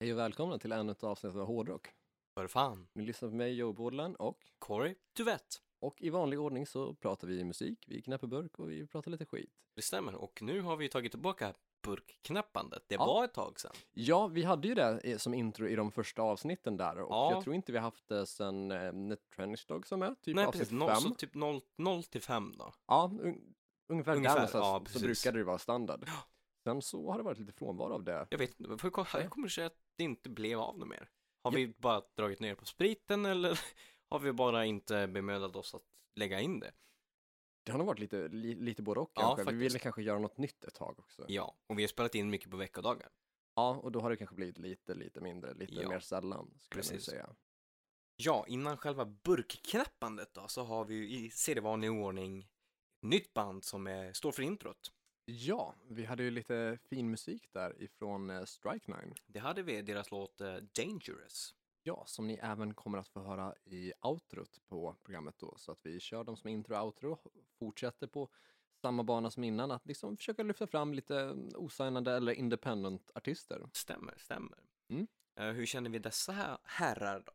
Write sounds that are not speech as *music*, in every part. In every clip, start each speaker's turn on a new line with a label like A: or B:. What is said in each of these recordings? A: Hej och välkomna till ännu ett avsnitt av Hårdrock.
B: För fan.
A: Ni lyssnar på mig, Joe Borderland och,
B: Corey, du vet.
A: och i vanlig ordning så pratar vi musik, vi knäpper burk och vi pratar lite skit.
B: Det stämmer. Och nu har vi ju tagit tillbaka burkknäppandet. Det
A: Ja.
B: var ett tag sedan.
A: Ja, vi hade ju det eh, som intro i de första avsnitten där och
B: Ja.
A: jag tror inte vi har haft det sen eh, när Trench Dog som är, typ
B: Nej,
A: avsnitt
B: precis. Noll, så
A: fem.
B: typ 0, 0 till 5 då.
A: Ja, un- ungefär,
B: Ungefär,
A: där någonstans
B: ja,
A: så
B: precis.
A: brukade det vara standard. Sen så har det varit lite frånvaro av det.
B: Jag vet inte, för jag kommer säga att det inte blev av något mer. Har vi bara dragit ner på spriten eller *laughs* har vi bara inte bemödat oss att lägga in det?
A: Det har nog varit lite, li, lite både och
B: Ja,
A: kanske. vi
B: faktiskt.
A: ville kanske göra något nytt ett tag också.
B: Ja, och vi har spelat in mycket på veckodagar.
A: Ja, och då har det kanske blivit lite, lite mindre, lite
B: Ja.
A: mer sällan skulle jag nog
B: Precis.
A: säga.
B: Ja, innan själva burkknäppandet då så har vi ju i sedvanlig ordning ett nytt band som eh, står för introt.
A: Ja, vi hade ju lite fin musik där ifrån eh, Strike Nine.
B: Det hade vi deras låt eh, Dangerous.
A: Ja, som ni även kommer att få höra i outrot på programmet då. Så att vi kör dem som intro och outro, fortsätter på samma bana som innan, att liksom försöka lyfta fram lite mm, osignade eller independent artister.
B: Stämmer, stämmer.
A: Mm.
B: Eh, hur känner vi dessa här herrar då?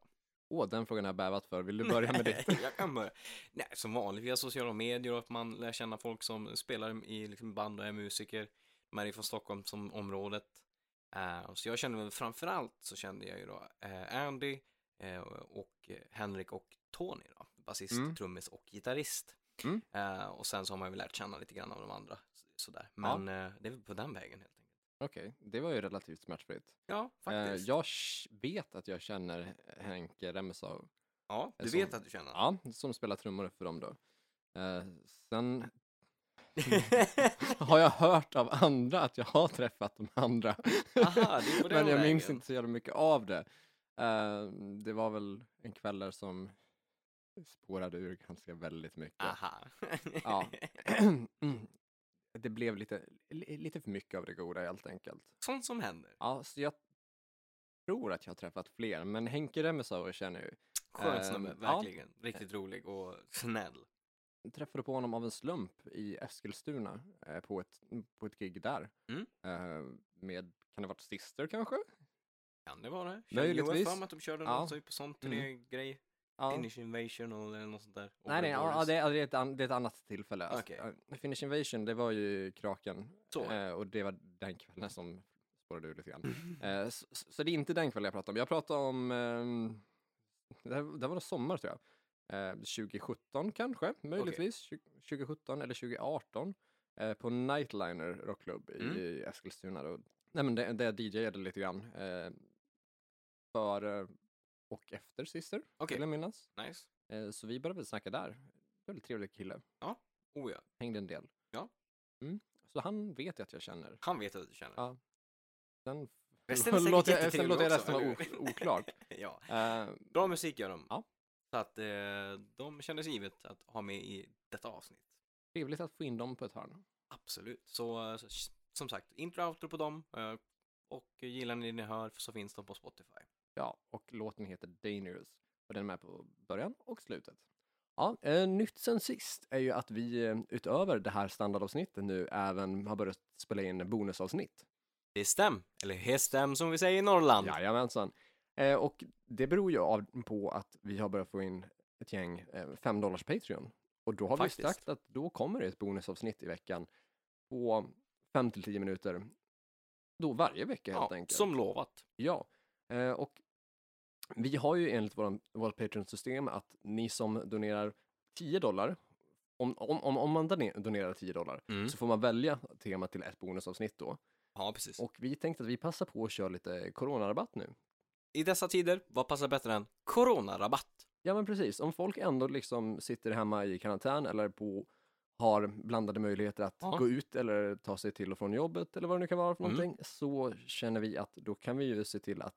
A: Åh, den frågan har jag bävat för. Vill du *laughs* börja
B: *laughs*
A: med det?
B: jag kan börja. Nej, som vanligt via sociala medier och att man lär känna folk som spelar i liksom band och är musiker. De är ju från Stockholm som området. Eh, så jag känner väl framförallt så kände jag ju då eh, Andy eh, och eh, Henrik och Tony då. Basist,
A: Mm.
B: trummis och gitarrist.
A: Mm.
B: Eh, och sen så har man ju lärt känna lite grann av de andra så- sådär. Men eh, det är väl på den vägen helt enkelt.
A: Okej, det var ju relativt smärtfritt.
B: Ja,
A: Eh,
B: faktiskt.
A: jag sh- vet att jag känner Henke Remesau.
B: ja, du
A: som-
B: vet att du känner
A: Ja, som spelar trummor för dem då. Eh, sen *laughs*
B: *laughs*
A: har jag hört av andra att jag har träffat de andra.
B: Aha, det är på
A: *laughs*
B: den
A: Men jag minns
B: vägen.
A: inte så jävla mycket av det. Eh, det var väl en kväll där som spårade ur ganska väldigt mycket.
B: Aha. *laughs*
A: Ja. *clears throat* Mm. det blev lite, li- lite för mycket av det goda helt enkelt.
B: Sånt som händer.
A: Ja, så jag tror att jag har träffat fler, men Henke Remesauer känner jag ju.
B: Skön
A: Ehm,
B: snubbe,
A: ja.
B: verkligen. Riktigt rolig och snäll.
A: träffade på honom av en slump i Eskilstuna eh, på, ett, på ett gig där.
B: Mm.
A: Eh, med, kan det ha varit Sister kanske?
B: Kan det vara?
A: Möjligtvis.
B: Jag för att de körde
A: Ja. Mm.
B: någon typ sån på sån turnégrej.
A: Ja.
B: Finish Invasion och eller något sånt där.
A: Nej, nej, ja, ja,
B: Overdose.
A: det, ja, det, är ett an, det är ett annat tillfälle. Alltså,
B: Okej.
A: eh, Finish Invasion, det var ju Kraken.
B: Så.
A: Eh, och det var den kvällen som spårade ur lite grann. Eh, så, så så det är inte den kvällen jag pratar om. Jag pratar om, ehm, det, här, det här var nog sommar tror jag. Eh, 2017 kanske, möjligtvis. Tju- 2017 eller 2018. Eh, på Nightliner Rockklubb i,
B: Mm.
A: i Eskilstuna. Då. Nej, men det, det jag DJade lite grann. Eh, före och efter Sister,
B: Okej.
A: vill jag minnas.
B: Nice.
A: Eh, Så vi började väl snacka där. Väldigt trevlig kille.
B: Oh ja,
A: Hängde en del.
B: Ja.
A: Mm. Så han vet jag att jag känner.
B: han vet att du känner.
A: Ja. Sen,
B: Resten är
A: *laughs*
B: säkert
A: låter jag, sen
B: jättetrevlig
A: låter jag
B: också,
A: resten vara
B: eller
A: ok-
B: *laughs* hur?
A: oklart.
B: ja.
A: Eh,
B: Bra musik gör de.
A: Ja.
B: Så att eh, de kändes givet att ha med i detta avsnitt.
A: trevligt att få in dem på ett hörn.
B: Absolut. Så, eh, så s- som sagt, intro och outro på dem. eh, Och gillar ni det ni hör så finns de på Spotify.
A: Ja, och låten heter Dangerous. Och den är med på början och slutet. Ja, eh, nytt sen sist är ju att vi eh, utöver det här standardavsnittet nu även har börjat spela in bonusavsnitt.
B: Det stäm, eller det stäm som vi säger i Norrland.
A: Jajamensan. Eh, och det beror ju av, på att vi har börjat få in ett gäng eh, 5 dollars Patreon. Och då har vi
B: Faktiskt.
A: sagt att då kommer det ett bonusavsnitt i veckan på 5 till 10 minuter. Då varje vecka helt
B: Ja,
A: enkelt.
B: som lovat.
A: Ja. Eh, och vi har ju enligt vår, vårt Patreon-system att ni som donerar 10 dollar, om, om, om, om man done- donerar 10 dollar,
B: Mm.
A: så får man välja tema till ett bonusavsnitt då.
B: Ja, precis.
A: Och vi tänkte att vi passar på att köra lite coronarabatt nu.
B: I dessa tider, vad passar bättre än coronarabatt?
A: Ja men precis, om folk ändå liksom sitter hemma i karantän eller på, har blandade möjligheter att
B: Ja.
A: gå ut eller ta sig till och från jobbet eller vad det nu kan vara för
B: Mm.
A: någonting, så känner vi att då kan vi ju se till att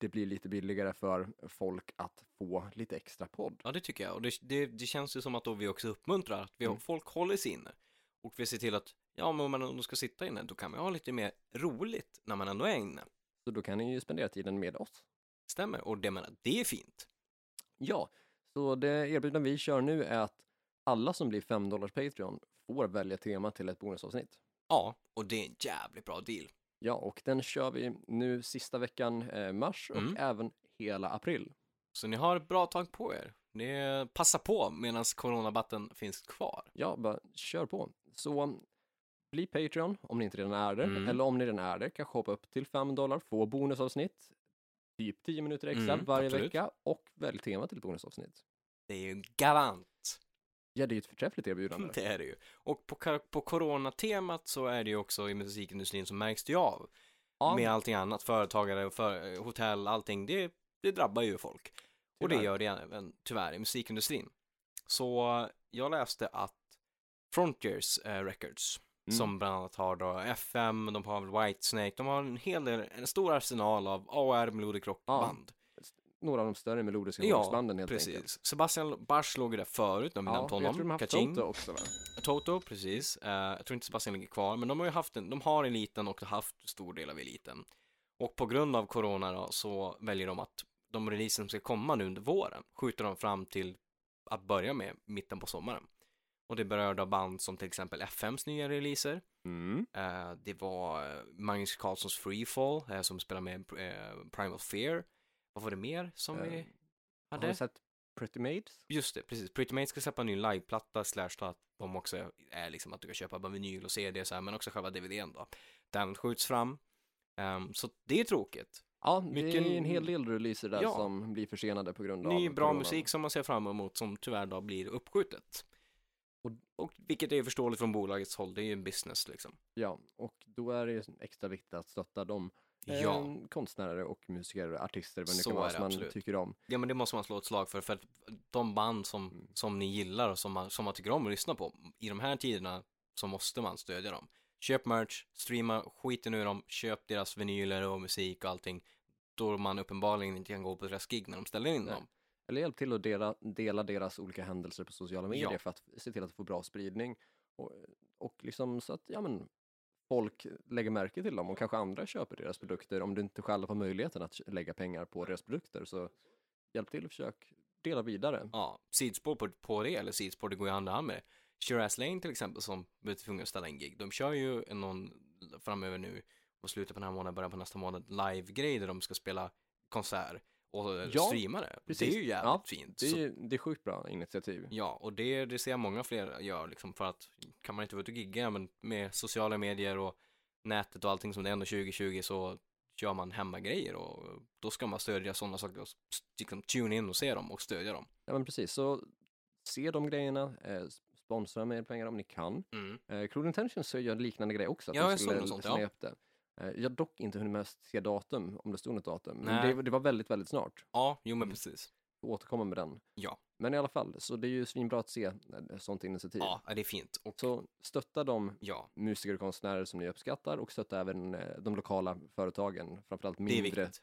A: det blir lite billigare för folk att få lite extra podd.
B: Ja, det tycker jag. Och det, det, det känns ju som att då vi också uppmuntrar att vi,
A: Mm.
B: folk håller sig inne. Och vi ser till att, ja, men om man ändå ska sitta inne, då kan man ha lite mer roligt när man ändå är inne.
A: Så då kan ni ju spendera tiden med oss.
B: Stämmer. Och det, menar, det är fint.
A: Ja, så det erbjudande vi kör nu är att alla som blir 5 dollars Patreon får välja tema till ett bonusavsnitt.
B: Ja, och det är en jävligt bra deal.
A: Ja, och den kör vi nu sista veckan eh, mars och
B: Mm.
A: även hela april.
B: Så ni har ett bra tag på er. Ni passa på medan coronabatten finns kvar.
A: Ja, bara kör på. Så um, bli Patreon om ni inte redan är det,
B: Mm.
A: eller om ni redan är det, kanske hoppa upp till 5 dollar, få bonusavsnitt, typ 10 minuter extra
B: Mm,
A: varje
B: absolut.
A: vecka och välj tema till ett bonusavsnitt.
B: Det är ju garant.
A: Ja, det är ju ett förträffligt erbjudande.
B: *laughs* Det är det ju. Och på, kar- på coronatemat så är det ju också i musikindustrin så märks det ju av.
A: Ja,
B: Med allting annat, företagare, och för, eh, hotell, allting. Det, det drabbar ju folk. Och det
A: Tyvärr.
B: gör det även tyvärr i musikindustrin. Så jag läste att Frontiers eh, Records,
A: Mm.
B: som bland annat har då FM, de har väl Whitesnake, de har en hel del, en stor arsenal av AR melodic
A: Ja,
B: rockband.
A: några av de större melodiska
B: Ja,
A: rockbanden helt
B: precis.
A: enkelt.
B: Sebastian Bach låg ju där förut, de har
A: Ja,
B: nämnt
A: jag tror de
B: honom.
A: har haft
B: Kaching.
A: Toto också va?
B: Toto, precis. Eh, jag tror inte Sebastian ligger kvar, men de har ju haft en, de har eliten och haft stor del av eliten. Och på grund av corona då, så väljer de att de releaser som ska komma nu under våren skjuter de fram till att börja med mitten på sommaren. Och det berör då band som till exempel FMs nya releaser.
A: Mm.
B: Eh, det var eh, Magnus Carlssons Freefall eh, som spelar med eh, Primal Fear. Vad var det mer som
A: Eh,
B: vi
A: Har
B: hade?
A: du sett Pretty Maids?
B: Just det, precis. Pretty Maids ska släppa en ny liveplatta slash då att de också är liksom att du kan köpa bara vinyl och CD så här, men också själva DVDn då. Den skjuts fram. Ehm, så det är tråkigt.
A: Ja,
B: Mycket-
A: det är en hel del releaser där
B: Ja.
A: som blir försenade på grund av
B: Ny bra
A: coronan.
B: musik som man ser fram emot som tyvärr då blir uppskjutet.
A: Och-
B: Och, och vilket är förståeligt från bolagets håll, det är ju en business liksom.
A: Ja, och då är det extra viktigt att stötta de
B: Ja,
A: eh, konstnärer och musiker och artister, vad det nu
B: Så
A: kan
B: är
A: vara,
B: det
A: som man
B: absolut.
A: tycker om.
B: ja men det måste man slå ett slag för, för att de band som,
A: Mm.
B: som ni gillar och som man, som man tycker om att lyssna på, i de här tiderna så måste man stödja dem. Köp merch, streama skiten ur dem, köp deras vinyler och musik och allting, då man uppenbarligen inte kan gå på deras gig när de ställer in
A: Nej.
B: dem.
A: Eller hjälp till att dela, dela deras olika händelser på sociala medier
B: Ja.
A: för att se till att få bra spridning. Och, och liksom så att, ja men, folk lägger märke till dem och kanske andra köper deras produkter. Om du inte själv har möjligheten att lägga pengar på deras produkter så hjälp till och försök dela vidare.
B: Ja, sidspår på, på det, eller sidspår, det går ju hand i hand med det. Shiraz Lane till exempel som blev tvungna att ställa in gig, de kör ju en- någon framöver nu, på slutet på den här månaden, början på nästa månad, live-grej där de ska spela konsert och eh,
A: Ja,
B: streama det.
A: precis.
B: Det är ju jävligt
A: Ja,
B: fint.
A: Det är,
B: Så
A: ju- det är sjukt bra initiativ.
B: Ja, och det, det ser jag många fler gör liksom för att kan man inte vara ute och gigga men med sociala medier och nätet och allting som det är ändå 2020 så gör man hemmagrejer och då ska man stödja sådana saker och s- liksom tune in och se dem och stödja dem.
A: Ja men precis, så se de grejerna, eh, sponsra med pengar om ni kan.
B: Mm.
A: Eh, Cruel Intentions så gör en liknande grej också. Att
B: Ja,
A: de
B: jag såg
A: skulle
B: något sånt,
A: slänga
B: ja.
A: upp det. Eh, Jag har dock inte hunnit med se datum, om det stod något datum.
B: Nej.
A: Men det, det var väldigt, väldigt snart.
B: Ja, jo men
A: Mm.
B: precis.
A: Jag återkommer med den.
B: Ja.
A: Men i alla fall, så det är ju svinbra att se eh, sånt initiativ.
B: Ja, det är fint. Och
A: Så stötta de
B: ja,
A: musiker och konstnärer som ni uppskattar och stötta även eh, de lokala företagen, framförallt
B: det är
A: mindre
B: viktigt.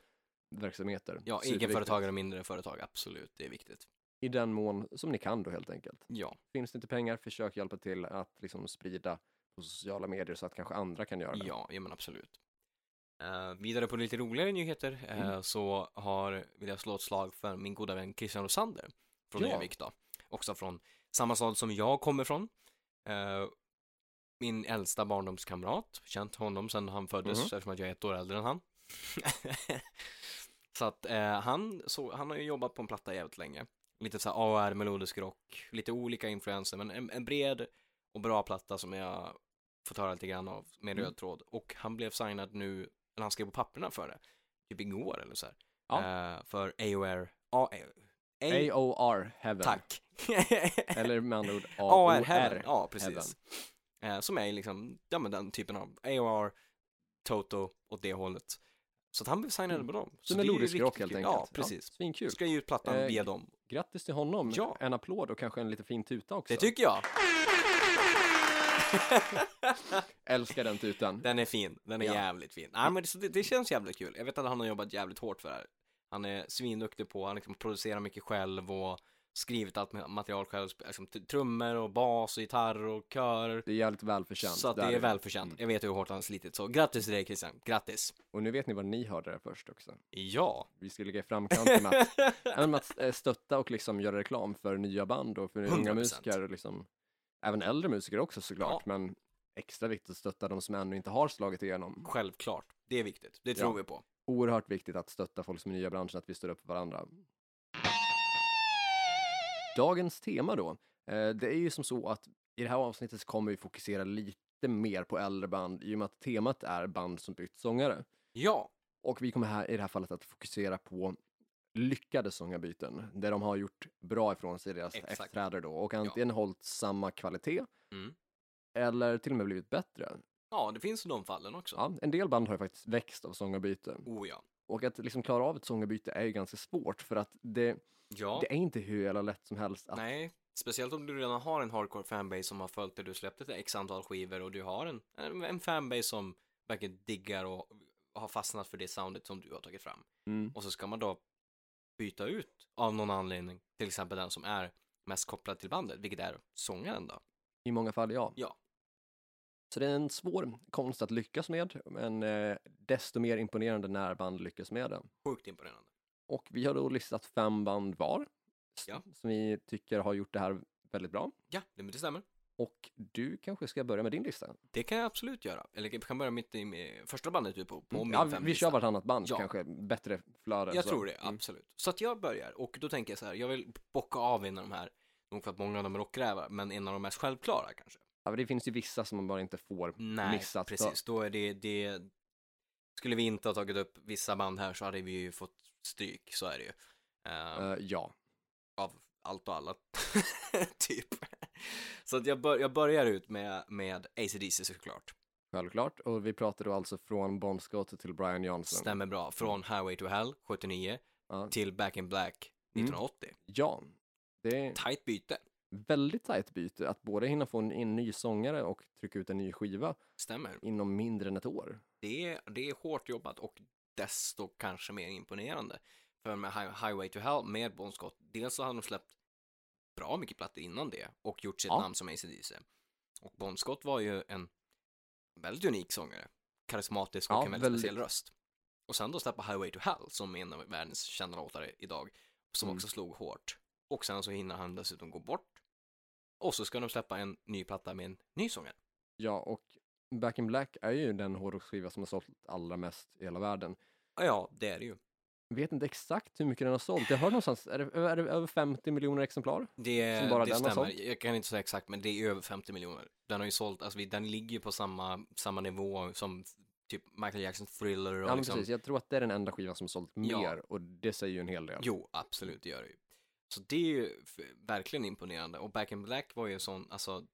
A: verksamheter.
B: Ja,
A: Superviktigt.
B: egenföretagare och mindre företag, absolut, det är viktigt.
A: I den mån som ni kan då helt enkelt.
B: Ja,
A: Finns det inte pengar, försök hjälpa till att liksom sprida på sociala medier så att kanske andra kan göra det.
B: ja, ja men absolut. Eh, vidare på lite roligare nyheter eh,
A: Mm.
B: så har, vill jag slå ett slag för min goda vän Christian Rosander från
A: Ja.
B: Örnsköldsvik då. Också från samma stad som jag kommer från. Eh, min äldsta barndomskamrat, känt honom sedan han föddes
A: Mhm.
B: eftersom att jag är ett år äldre än han. *laughs* så att eh, han, så, han har ju jobbat på en platta jävligt länge. Lite så här AR, melodisk rock, lite olika influenser men en, en bred och bra platta som jag fått höra lite grann av med
A: Mm.
B: röd tråd. Och han blev signad nu, eller han skrev på papperna för det, typ igår eller så här. Eh, för AOR, A, A,
A: AOR Heaven.
B: tack.
A: *laughs* Eller med andra
B: *laughs*
A: ord
B: AR
A: AOR.
B: Heaven, ja
A: Heaven.
B: precis. Eh, som är liksom, ja men den typen av AOR, Toto, åt det hållet. Så att han blev signad
A: Mm.
B: på dem.
A: Så
B: det är ju
A: melodisk rock
B: riktigt
A: helt
B: kul.
A: enkelt.
B: Ja, precis.
A: Svinkul.
B: Ska ge ut plattan
A: Eh,
B: via dem.
A: Grattis till honom.
B: Ja.
A: En applåd och kanske en lite fin tuta också.
B: Det tycker jag. *laughs*
A: Älskar den tutan.
B: Den är fin, den är
A: Ja.
B: jävligt fin. Nej, men det, så det, det känns jävligt kul. Jag vet att han har jobbat jävligt hårt för det här. Han är svinduktig på, han liksom producerar mycket själv och skrivit allt ma- material själv, sp- liksom t- trummor och bas och gitarr och kör.
A: Det är Mm. jävligt välförtjänt.
B: Så att det
A: där
B: är välförtjänt. Jag vet hur hårt han har slitit, så grattis till dig Christian, grattis.
A: Och nu vet ni vad ni hörde där först också.
B: Ja,
A: Vi ska ligga i framkanten med att,
B: *laughs*
A: även med att eh, stötta och liksom göra reklam för nya band och för unga
B: 100%.
A: musiker. och Liksom, även äldre musiker också såklart, men extra viktigt att stötta de som ännu inte har slagit igenom.
B: Självklart, det är viktigt. Det tror
A: Ja.
B: vi på.
A: Oerhört viktigt att stötta folk som är nya i branschen, att vi står upp för varandra. Dagens tema då. Eh, Det är ju som så att i det här avsnittet så kommer vi fokusera lite mer på äldre band i och med att temat är band som bytt sångare.
B: Ja,
A: Och vi kommer här i det här fallet att fokusera på lyckade sångarbyten, där de har gjort bra ifrån sig i deras
B: Exakt.
A: efterträdare då och antingen hållit samma kvalitet
B: Mm.
A: eller till och med blivit bättre.
B: ja det finns de fallen också.
A: Ja, en del band har ju faktiskt växt av sångarbyte
B: Oh ja.
A: och att liksom klara av ett sångarbyte är ju ganska svårt för att det,
B: Ja,
A: det är inte hur jävla lätt som helst att
B: nej. Speciellt om du redan har en hardcore fanbase som har följt det du släppte till x antal skivor och du har en, en en fanbase som verkligen diggar och har fastnat för det soundet som du har tagit fram.
A: mm,
B: Och så ska man då byta ut av någon anledning, till exempel den som är mest kopplad till bandet, vilket är sångaren då.
A: i många fall, ja.
B: Ja.
A: Så det är en svår konst att lyckas med, men eh, desto mer imponerande när band lyckas med det.
B: Sjukt imponerande.
A: Och vi har då listat fem band var s-
B: Ja.
A: som vi tycker har gjort det här väldigt bra.
B: Ja, det, det stämmer.
A: Och du kanske ska börja med din lista?
B: Det kan jag absolut göra. Eller jag kan börja mitt i med första bandet du på, på min
A: Mm, ja, vi- vi
B: femlista.
A: kör vartannat band
B: Ja.
A: kanske, bättre flöde.
B: Jag
A: så.
B: tror det,
A: Mm.
B: absolut. Så att jag börjar och då tänker jag så här, jag vill bocka av en av de här, nog för att många av dem är rockrävar, men en av de mest självklara kanske.
A: Ja, men det finns ju vissa som man bara inte får.
B: Nej,
A: Missa att ta-
B: precis. Då är det, det, skulle vi inte ha tagit upp vissa band här så hade vi ju fått stryk, så är det ju. Ehm,
A: Eh, ja,
B: av allt och alla, *laughs* typ. Så att jag, bör, jag börjar ut med, med ACDC såklart.
A: självklart. Och vi pratar då alltså från Bon Scott till Brian Johnson.
B: Stämmer bra. Från Highway to Hell 79
A: Ja.
B: till Back in Black 1980.
A: Ja, det är
B: Tight byte,
A: väldigt tajt byte att både hinna få en, en ny sångare och trycka ut en ny skiva
B: stämmer.
A: inom mindre än ett år.
B: Det är, det är hårt jobbat och desto kanske mer imponerande. För med Hi- Highway to Hell med Bon Scott, dels så hade de släppt bra mycket plattor innan det och gjort sitt
A: Ja.
B: namn som AC/DC. Och Bon Scott var ju en väldigt unik sångare, karismatisk och
A: Ja,
B: en väldigt,
A: väldigt.
B: speciell röst. Och sen då släppa Highway to Hell som är en av världens kända låtar idag, som
A: Mm.
B: också slog hårt. Och sen så hinner han dessutom gå bort. Och så ska de släppa en ny platta med en ny sångare.
A: Ja, och Back in Black är ju den hårdrocksskiva som har sålt allra mest i hela världen.
B: Ja, det är det ju.
A: vet inte exakt hur mycket den har sålt. Jag hörde någonstans, är det, är det över 50 miljoner exemplar?
B: Det,
A: Som bara
B: det
A: den har
B: stämmer.
A: sålt?
B: Jag kan inte säga exakt, men det är över 50 miljoner. Den har ju sålt, alltså vi- den ligger på samma, samma nivå som typ Michael Jacksons Thriller och
A: Ja, men
B: liksom.
A: precis. Jag tror att det är den enda skivan som sålt mer
B: Ja.
A: och det säger ju en hel del.
B: Jo, absolut, det gör det ju. Så det är ju f- verkligen imponerande. Och Back in Black var ju en sån, alltså,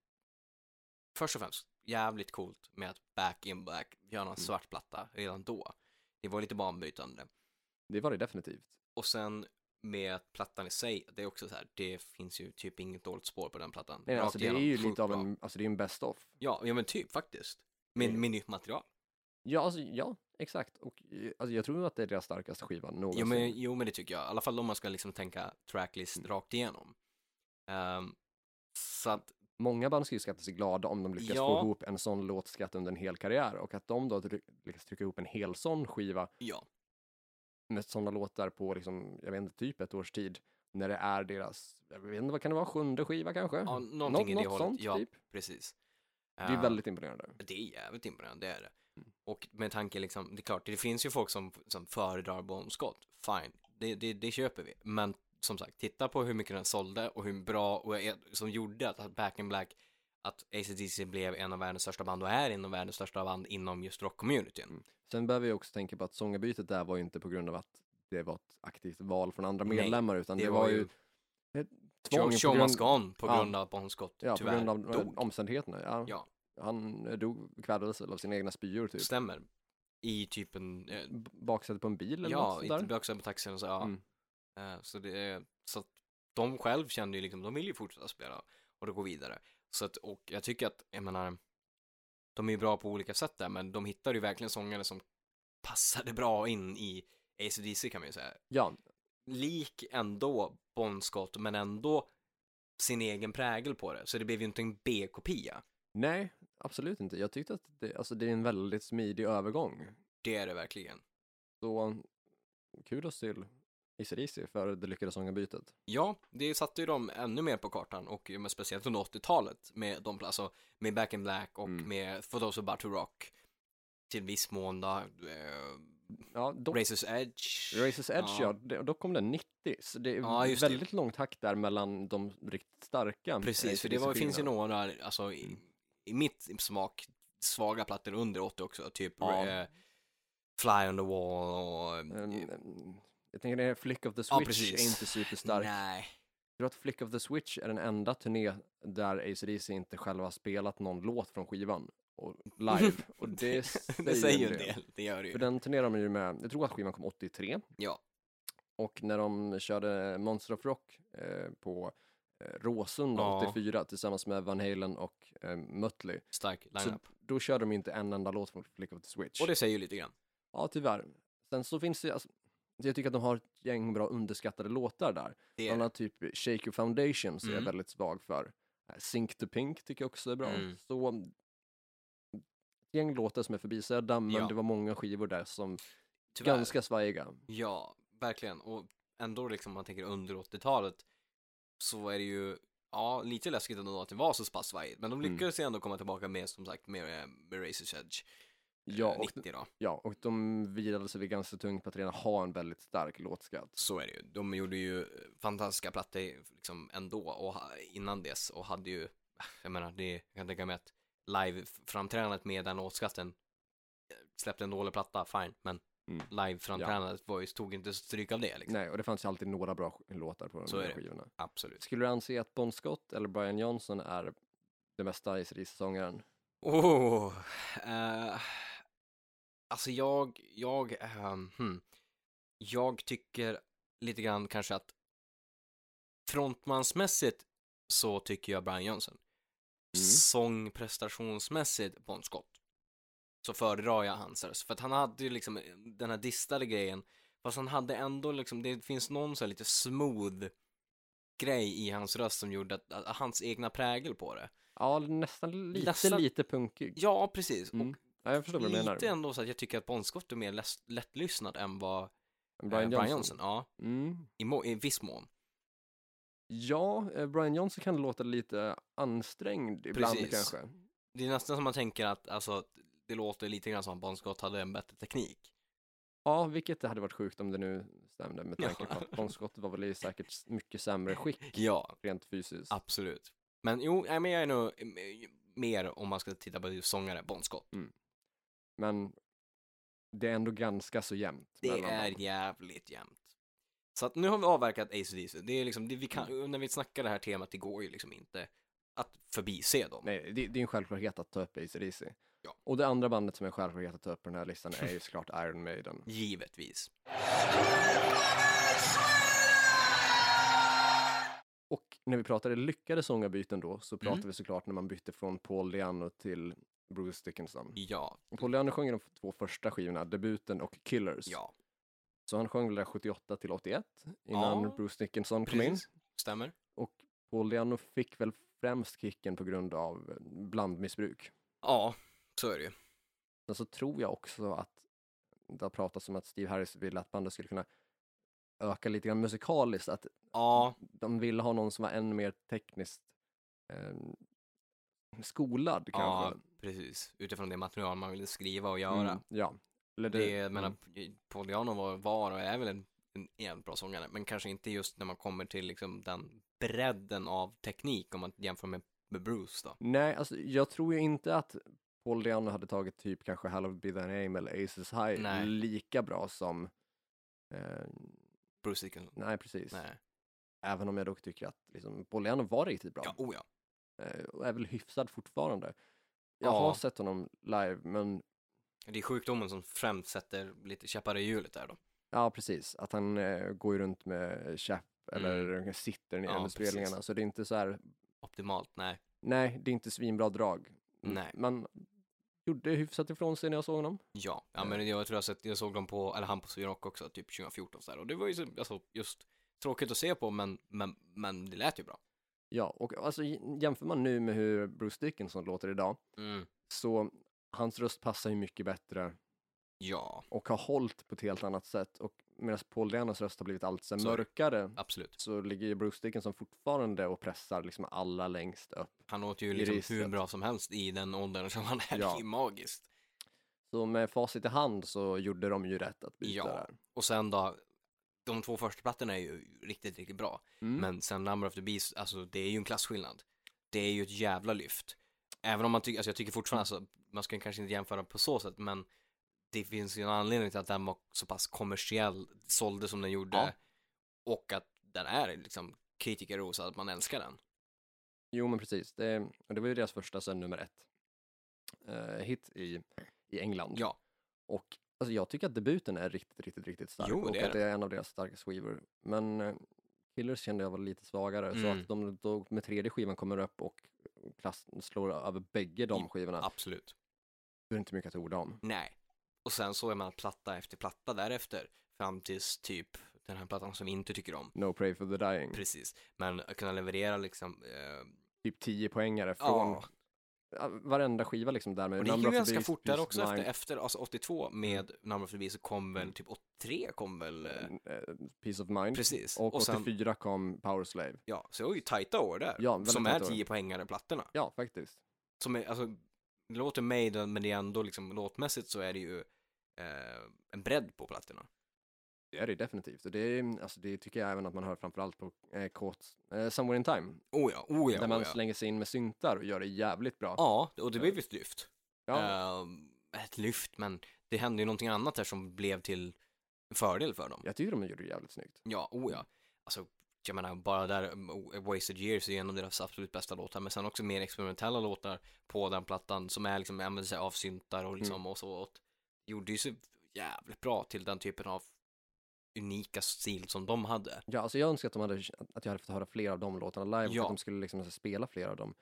B: först och främst, jävligt coolt med att Back in Black gör
A: Mm.
B: en svart platta redan då. Det var lite banbrytande.
A: Det var det definitivt.
B: Och sen med att plattan i sig, det är också så här, det finns ju typ inget dåligt spår på den plattan.
A: Nej,
B: Rakt
A: alltså, det är
B: igenom,
A: ju
B: sjukt
A: lite av
B: bra.
A: en, alltså det är en best of.
B: Ja, ja men typ faktiskt. Med,
A: Mm.
B: med nytt material.
A: Ja, alltså, ja, exakt. Och eh, alltså, jag tror att det är deras starkaste skiva någonsin.
B: Jo men, jo men det tycker jag, i alla fall om man ska liksom tänka tracklist
A: Mm.
B: rakt igenom. Ehm, så att,
A: Många band ska ju skatta sig glada om de lyckas
B: Ja.
A: få ihop en sån låtskatt under en hel karriär och att de då try- lyckas trycka ihop en hel sån skiva
B: ja,
A: med sådana låtar på, liksom, jag vet inte, typ ett års tid när det är deras, jag vet inte, vad kan det vara, sjunde skiva kanske?
B: ja någonting i det hållet. ja,
A: typ.
B: precis.
A: Det är
B: Ehm,
A: väldigt Mm. imponerande.
B: Det är jävligt imponerande, det är det. Och med tanke liksom, det är klart, det finns ju folk som, som föredrar Bon Scott, fine, det, det, det köper vi. Men som sagt, titta på hur mycket den sålde och hur bra, och är- som gjorde att Back in Black, att AC/DC blev en av världens största band och är en av världens största band inom just rockcommunityn.
A: Sen behöver jag också tänka på att sångarbytet där var ju inte på grund av att det var ett aktivt val från andra
B: Nej,
A: medlemmar utan det, var ju tvång
B: Show,
A: på
B: show
A: grund-
B: must go on på
A: ja.
B: grund av att Bon Scott
A: ja, på
B: tyvärr
A: grund av eh,
B: dog.
A: omständigheterna. Ja.
B: Ja.
A: Han eh, dog, kvävdes väl av sina egna spyor typ.
B: Stämmer. I typ en, eh,
A: B- Baksätet på en bil eller något
B: ja,
A: sånt där.
B: inte böksa på taxin och så, ja.
A: Mm.
B: Eh, Så, det, är- så att de själv kände ju liksom, de vill ju fortsätta spela och då gå vidare. Så att, och jag tycker att, jag menar, de är ju bra på olika sätt där, men de hittade ju verkligen sångare som passade bra in i ACDC kan man ju säga.
A: Ja,
B: Lik ändå Bon Scott, men ändå sin egen prägel på det, så det blev ju inte en B-kopia.
A: nej, absolut inte. Jag tyckte att det, alltså, det är en väldigt smidig övergång.
B: Det är det verkligen.
A: Så kudos till Easy Easy för det lyckade sångarbytet.
B: Ja, det satte ju dem ännu mer på kartan och men speciellt under 80-talet med de, alltså med Back in Black och
A: Mm.
B: med For Those About To Rock till viss mån då, eh,
A: Ja, då,
B: Razor's Edge.
A: Races Edge, ja,
B: Ja.
A: det, då kom den 90. Så det är
B: Ja, just det.
A: väldigt långt hack där mellan de riktigt starka.
B: Precis, för det var, finns ju några, alltså i,
A: Mm.
B: i mitt smak, svaga plattor under 80 också, typ
A: Ja.
B: eh, Fly on the Wall och...
A: Um, jag tänker det här Flick of the
B: Ja,
A: Switch är
B: precis.
A: inte superstark.
B: Nej,
A: Jag tror att Flick of the Switch är den enda turné där ACDC inte själva har spelat någon låt från skivan och
B: *laughs*
A: live. Och det,
B: det säger ju
A: en
B: en
A: del.
B: del, det gör det
A: För
B: ju.
A: den turnerar de ju med, jag tror att skivan kom 83.
B: Ja.
A: Och när de körde Monster of Rock eh, på eh, Råsunda
B: Ja.
A: 84 tillsammans med Van Halen och eh, Mötley.
B: Stark
A: Så
B: lineup.
A: då körde de inte en enda låt från Flick of the Switch.
B: Och det säger ju lite grann.
A: Ja, tyvärr. Sen så finns det, alltså, jag tycker att de har ett gäng bra underskattade låtar där.
B: Det är
A: Bland annat typ Shake Your Foundations är jag
B: Mm.
A: väldigt svag för. Eh, Sink to Pink tycker jag också är bra.
B: Mm.
A: Så ett gäng låtar som är förbisedda, men
B: Ja.
A: det var många skivor där som
B: tyvärr.
A: ganska svajiga.
B: Ja, verkligen. Och ändå liksom, om man tänker under 80-talet, så är det ju, ja, lite läskigt ändå att det var så pass svajigt. Men de
A: Mm.
B: lyckades ju ändå komma tillbaka med, som sagt, med, eh, med Razor's Edge.
A: Ja,
B: eh,
A: och
B: 90 då.
A: Ja, och de vilade sig vid ganska tungt på att redan ha en väldigt stark låtskatt.
B: Så är det ju. De gjorde ju eh, fantastiska plattor liksom ändå och ha- innan dess och hade ju, jag menar, det, jag kan tänka mig att live-framträdandet med den låtskatten eh, släppte en dålig platta, fine, men
A: Mm.
B: live-framträdandet var ju, tog inte stryk av det liksom.
A: Nej, och det fanns ju alltid några bra sk- låtar på
B: Så
A: de här
B: är det.
A: skivorna.
B: Absolut.
A: Skulle du anse att Bon Scott eller Brian Johnson är den bästa ACDC-sångaren?
B: Oh, eh, alltså jag, jag, ehm, hmm, jag tycker lite grann kanske att frontmansmässigt så tycker jag Brian Johnson.
A: Mm.
B: Sångprestationsmässigt Bon Scott. Så föredrar jag hans röst, för att han hade ju liksom den här distade grejen, fast han hade ändå liksom, det finns någon så här lite smooth grej i hans röst som gjorde att, att hans egna prägel på det.
A: Ja, nästan lite,
B: Nästan-
A: lite punkig.
B: Ja, precis.
A: Mm.
B: Och
A: Ja, jag förstår vad du menar.
B: Lite ändå så att jag tycker att Bon Scott är mer läs- lättlyssnad än vad eh,
A: Brian Johnson.
B: ja,
A: Mm.
B: i, må- i viss mån.
A: Ja, eh, Brian Johnson kan låta lite ansträngd ibland
B: Precis.
A: kanske.
B: Det är nästan som man tänker att alltså, att det låter lite grann som att Bon Scott hade en bättre teknik.
A: Ja, vilket det hade varit sjukt om det nu stämde med tanke på
B: Ja.
A: att Bon Scott var väl i säkert mycket
B: *laughs*
A: sämre skick
B: Ja,
A: rent fysiskt.
B: absolut. Men jo, nej, men jag är nog eh, mer om man ska titta på just sångare, Bon Scott.
A: Men det är ändå ganska så jämnt.
B: Det
A: mellan
B: är
A: dem.
B: jävligt jämnt. Så att nu har vi avverkat ACDC. Det är liksom, det vi
A: Mm.
B: kan, när vi snackar det här temat, det går ju liksom inte att förbise dem.
A: Nej, det, det är en självklarhet att ta upp ACDC.
B: Ja.
A: Och det andra bandet som är en självklarhet att ta upp på den här listan är
B: *laughs*
A: ju såklart Iron Maiden.
B: Givetvis.
A: Och när vi pratade lyckade sångarbyten då så
B: Mm.
A: pratade vi såklart när man bytte från Paul Diano till Bruce Dickinson.
B: Ja,
A: Paul Diano sjöng i de två första skivorna, debuten och Killers.
B: ja,
A: Så han sjöng väl där 78 till 81 innan
B: Ja.
A: Bruce Dickinson kom in.
B: precis. Stämmer.
A: Paul Diano fick väl främst kicken på grund av eh, blandmissbruk.
B: Ja, så är det ju.
A: Sen så tror jag också att det har pratats om att Steve Harris ville att bandet skulle kunna öka lite grann musikaliskt, att
B: Ja,
A: de ville ha någon som var ännu mer tekniskt eh, skolad
B: ja
A: kanske.
B: precis. Utifrån det material man ville skriva och göra.
A: Mm, ja. Eller
B: Det, jag menar,
A: mm,
B: Paul Diano var, var och är väl en, en jävligt bra sångare, men kanske inte just när man kommer till liksom den bredden av teknik om man jämför med, med Bruce då.
A: Nej, alltså jag tror ju inte att Paul Diano hade tagit typ kanske Hallowed Be Thy Name eller Aces High
B: Nej.
A: lika bra som eh,
B: Bruce Dickinson.
A: Nej, precis.
B: Nej.
A: Även om jag dock tycker att liksom, Paul Diano var riktigt bra.
B: Ja, oh ja.
A: eh, och är väl hyfsad fortfarande. Jag
B: Ja.
A: har sett honom live, men
B: Det är sjukdomen som främst sätter lite käppar i hjulet där då.
A: ja precis, att han eh, går ju runt med käpp eller sitter ner
B: Mm. Ja,
A: under spelningarna,
B: precis.
A: så det är inte så här,
B: Optimalt, nej.
A: nej, det är inte svinbra drag. Mm,
B: Nej.
A: Men gjorde hyfsat ifrån sig när jag såg honom.
B: Ja, ja men jag tror jag, sett, jag såg dem på, eller han på Sweden Rock också, typ 2014 så där. och det var ju så, alltså, just tråkigt att se på men, men, men det lät ju bra.
A: Ja, och alltså j- jämför man nu med hur Bruce Dickinson låter idag,
B: Mm.
A: så hans röst passar ju mycket bättre
B: Ja,
A: och har hållit på ett helt annat sätt. Och medan Paul Dianos röst har blivit allt sen
B: Så är det.
A: mörkare
B: absolut.
A: så ligger ju Bruce Dickinson fortfarande och pressar liksom alla längst upp.
B: Han låter ju
A: I
B: liksom hur
A: registret.
B: bra som helst i den åldern som han är.
A: Ja.
B: Det är magiskt.
A: Så med facit i hand så gjorde de ju rätt att byta
B: Ja.
A: där.
B: Och sen då, de två första plattorna är ju riktigt, riktigt bra.
A: Mm.
B: Men sen Number of the Beast, alltså det är ju en klasskillnad. Det är ju ett jävla lyft. Även om man tycker, alltså jag tycker fortfarande, alltså, man ska kanske inte jämföra på så sätt, men det finns ju en anledning till att den var så pass kommersiell, sålde som den gjorde.
A: Ja.
B: Och att den är liksom kritikerrosad, att man älskar den.
A: Jo men precis, det, och det var ju deras första sen nummer ett eh, hit i, i England.
B: Ja,
A: Och alltså, jag tycker att debuten är riktigt, riktigt, riktigt stark.
B: Jo, det
A: och
B: är
A: att det är en av deras starkaste skivor. Men eh, Killers kände jag var lite svagare. Så
B: Mm.
A: att de då med tredje skivan kommer upp och klass, slår över bägge de
B: I-
A: skivorna.
B: absolut.
A: Det är inte mycket att orda om.
B: Nej. Och sen så är man platta efter platta därefter, fram tills typ den här plattan som vi inte tycker om.
A: No Pray for the Dying.
B: Precis, men att kunna leverera liksom, eh,
A: Typ 10 poängare från
B: ja,
A: ja, varenda skiva liksom där med
B: och det gick
A: Number
B: ju
A: of the
B: ganska
A: Beast, Mm.
B: fort där
A: Peace of
B: också efter,
A: Mind,
B: efter alltså 82 med Number of the Beast så kom
A: Mm.
B: väl typ 83 kom väl, eh,
A: eh, Peace of Mind.
B: precis,
A: Och,
B: och, sen,
A: 84 kom Power Slave.
B: ja, så det var ju tajta år där,
A: Ja, väldigt
B: som är
A: tajta år.
B: 10 poängare plattorna,
A: Ja, faktiskt.
B: som är, alltså, det låter Maiden men det är ändå liksom låtmässigt så är det ju eh, en bredd på plattorna.
A: Det är det definitivt. Och det, är, alltså, det tycker jag även att man hör framförallt på eh, Kåt, eh, Somewhere in Time.
B: Oh ja, oh ja,
A: där
B: oh
A: man
B: ja.
A: slänger sig in med syntar och gör det jävligt bra.
B: ja, och det blev ju ett lyft.
A: Ja,
B: Eh, ett lyft, men det hände ju någonting annat här som blev till fördel för dem.
A: jag tycker de gjorde det jävligt snyggt.
B: Ja, oh ja. Alltså, jag menar bara där, um, A Wasted Years är ju en av deras absolut bästa låtar, men sen också mer experimentella låtar på den plattan som är liksom, använder sig av syntar och liksom och så. Och gjorde ju sig jävligt bra till den typen av unika stil som de hade.
A: Ja, alltså jag önskar att, de hade, att jag hade fått höra fler av de låtarna live
B: Ja.
A: och att de skulle liksom alltså spela fler av dem.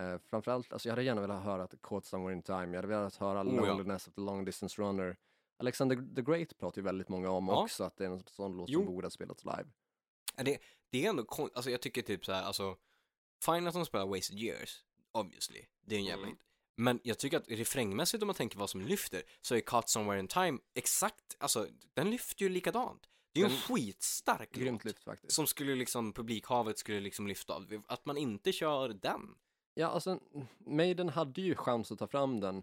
A: Eh, framförallt, alltså jag hade gärna velat höra att Caught Somewhere In Time, jag hade velat höra
B: Oh, ja.
A: Loneliness of the Long Distance Runner. Alexander the Great pratar ju väldigt många om
B: Ja.
A: också, att det är en sån låt
B: Jo.
A: som borde ha spelats live.
B: Det är ändå kon- alltså jag tycker typ så här, alltså, fine att de spelar Wasted Years, obviously, det är en jävla
A: Mm.
B: hit. Men jag tycker att refrängmässigt om man tänker vad som lyfter, så är Caught Somewhere In Time exakt, alltså den lyfter ju likadant. Det är ju en
A: Den-
B: skitstark
A: Grymt
B: låt.
A: lyft faktiskt.
B: som skulle liksom, publikhavet skulle liksom lyfta av. Att man inte kör den.
A: Ja, alltså Maiden hade ju chans att ta fram den,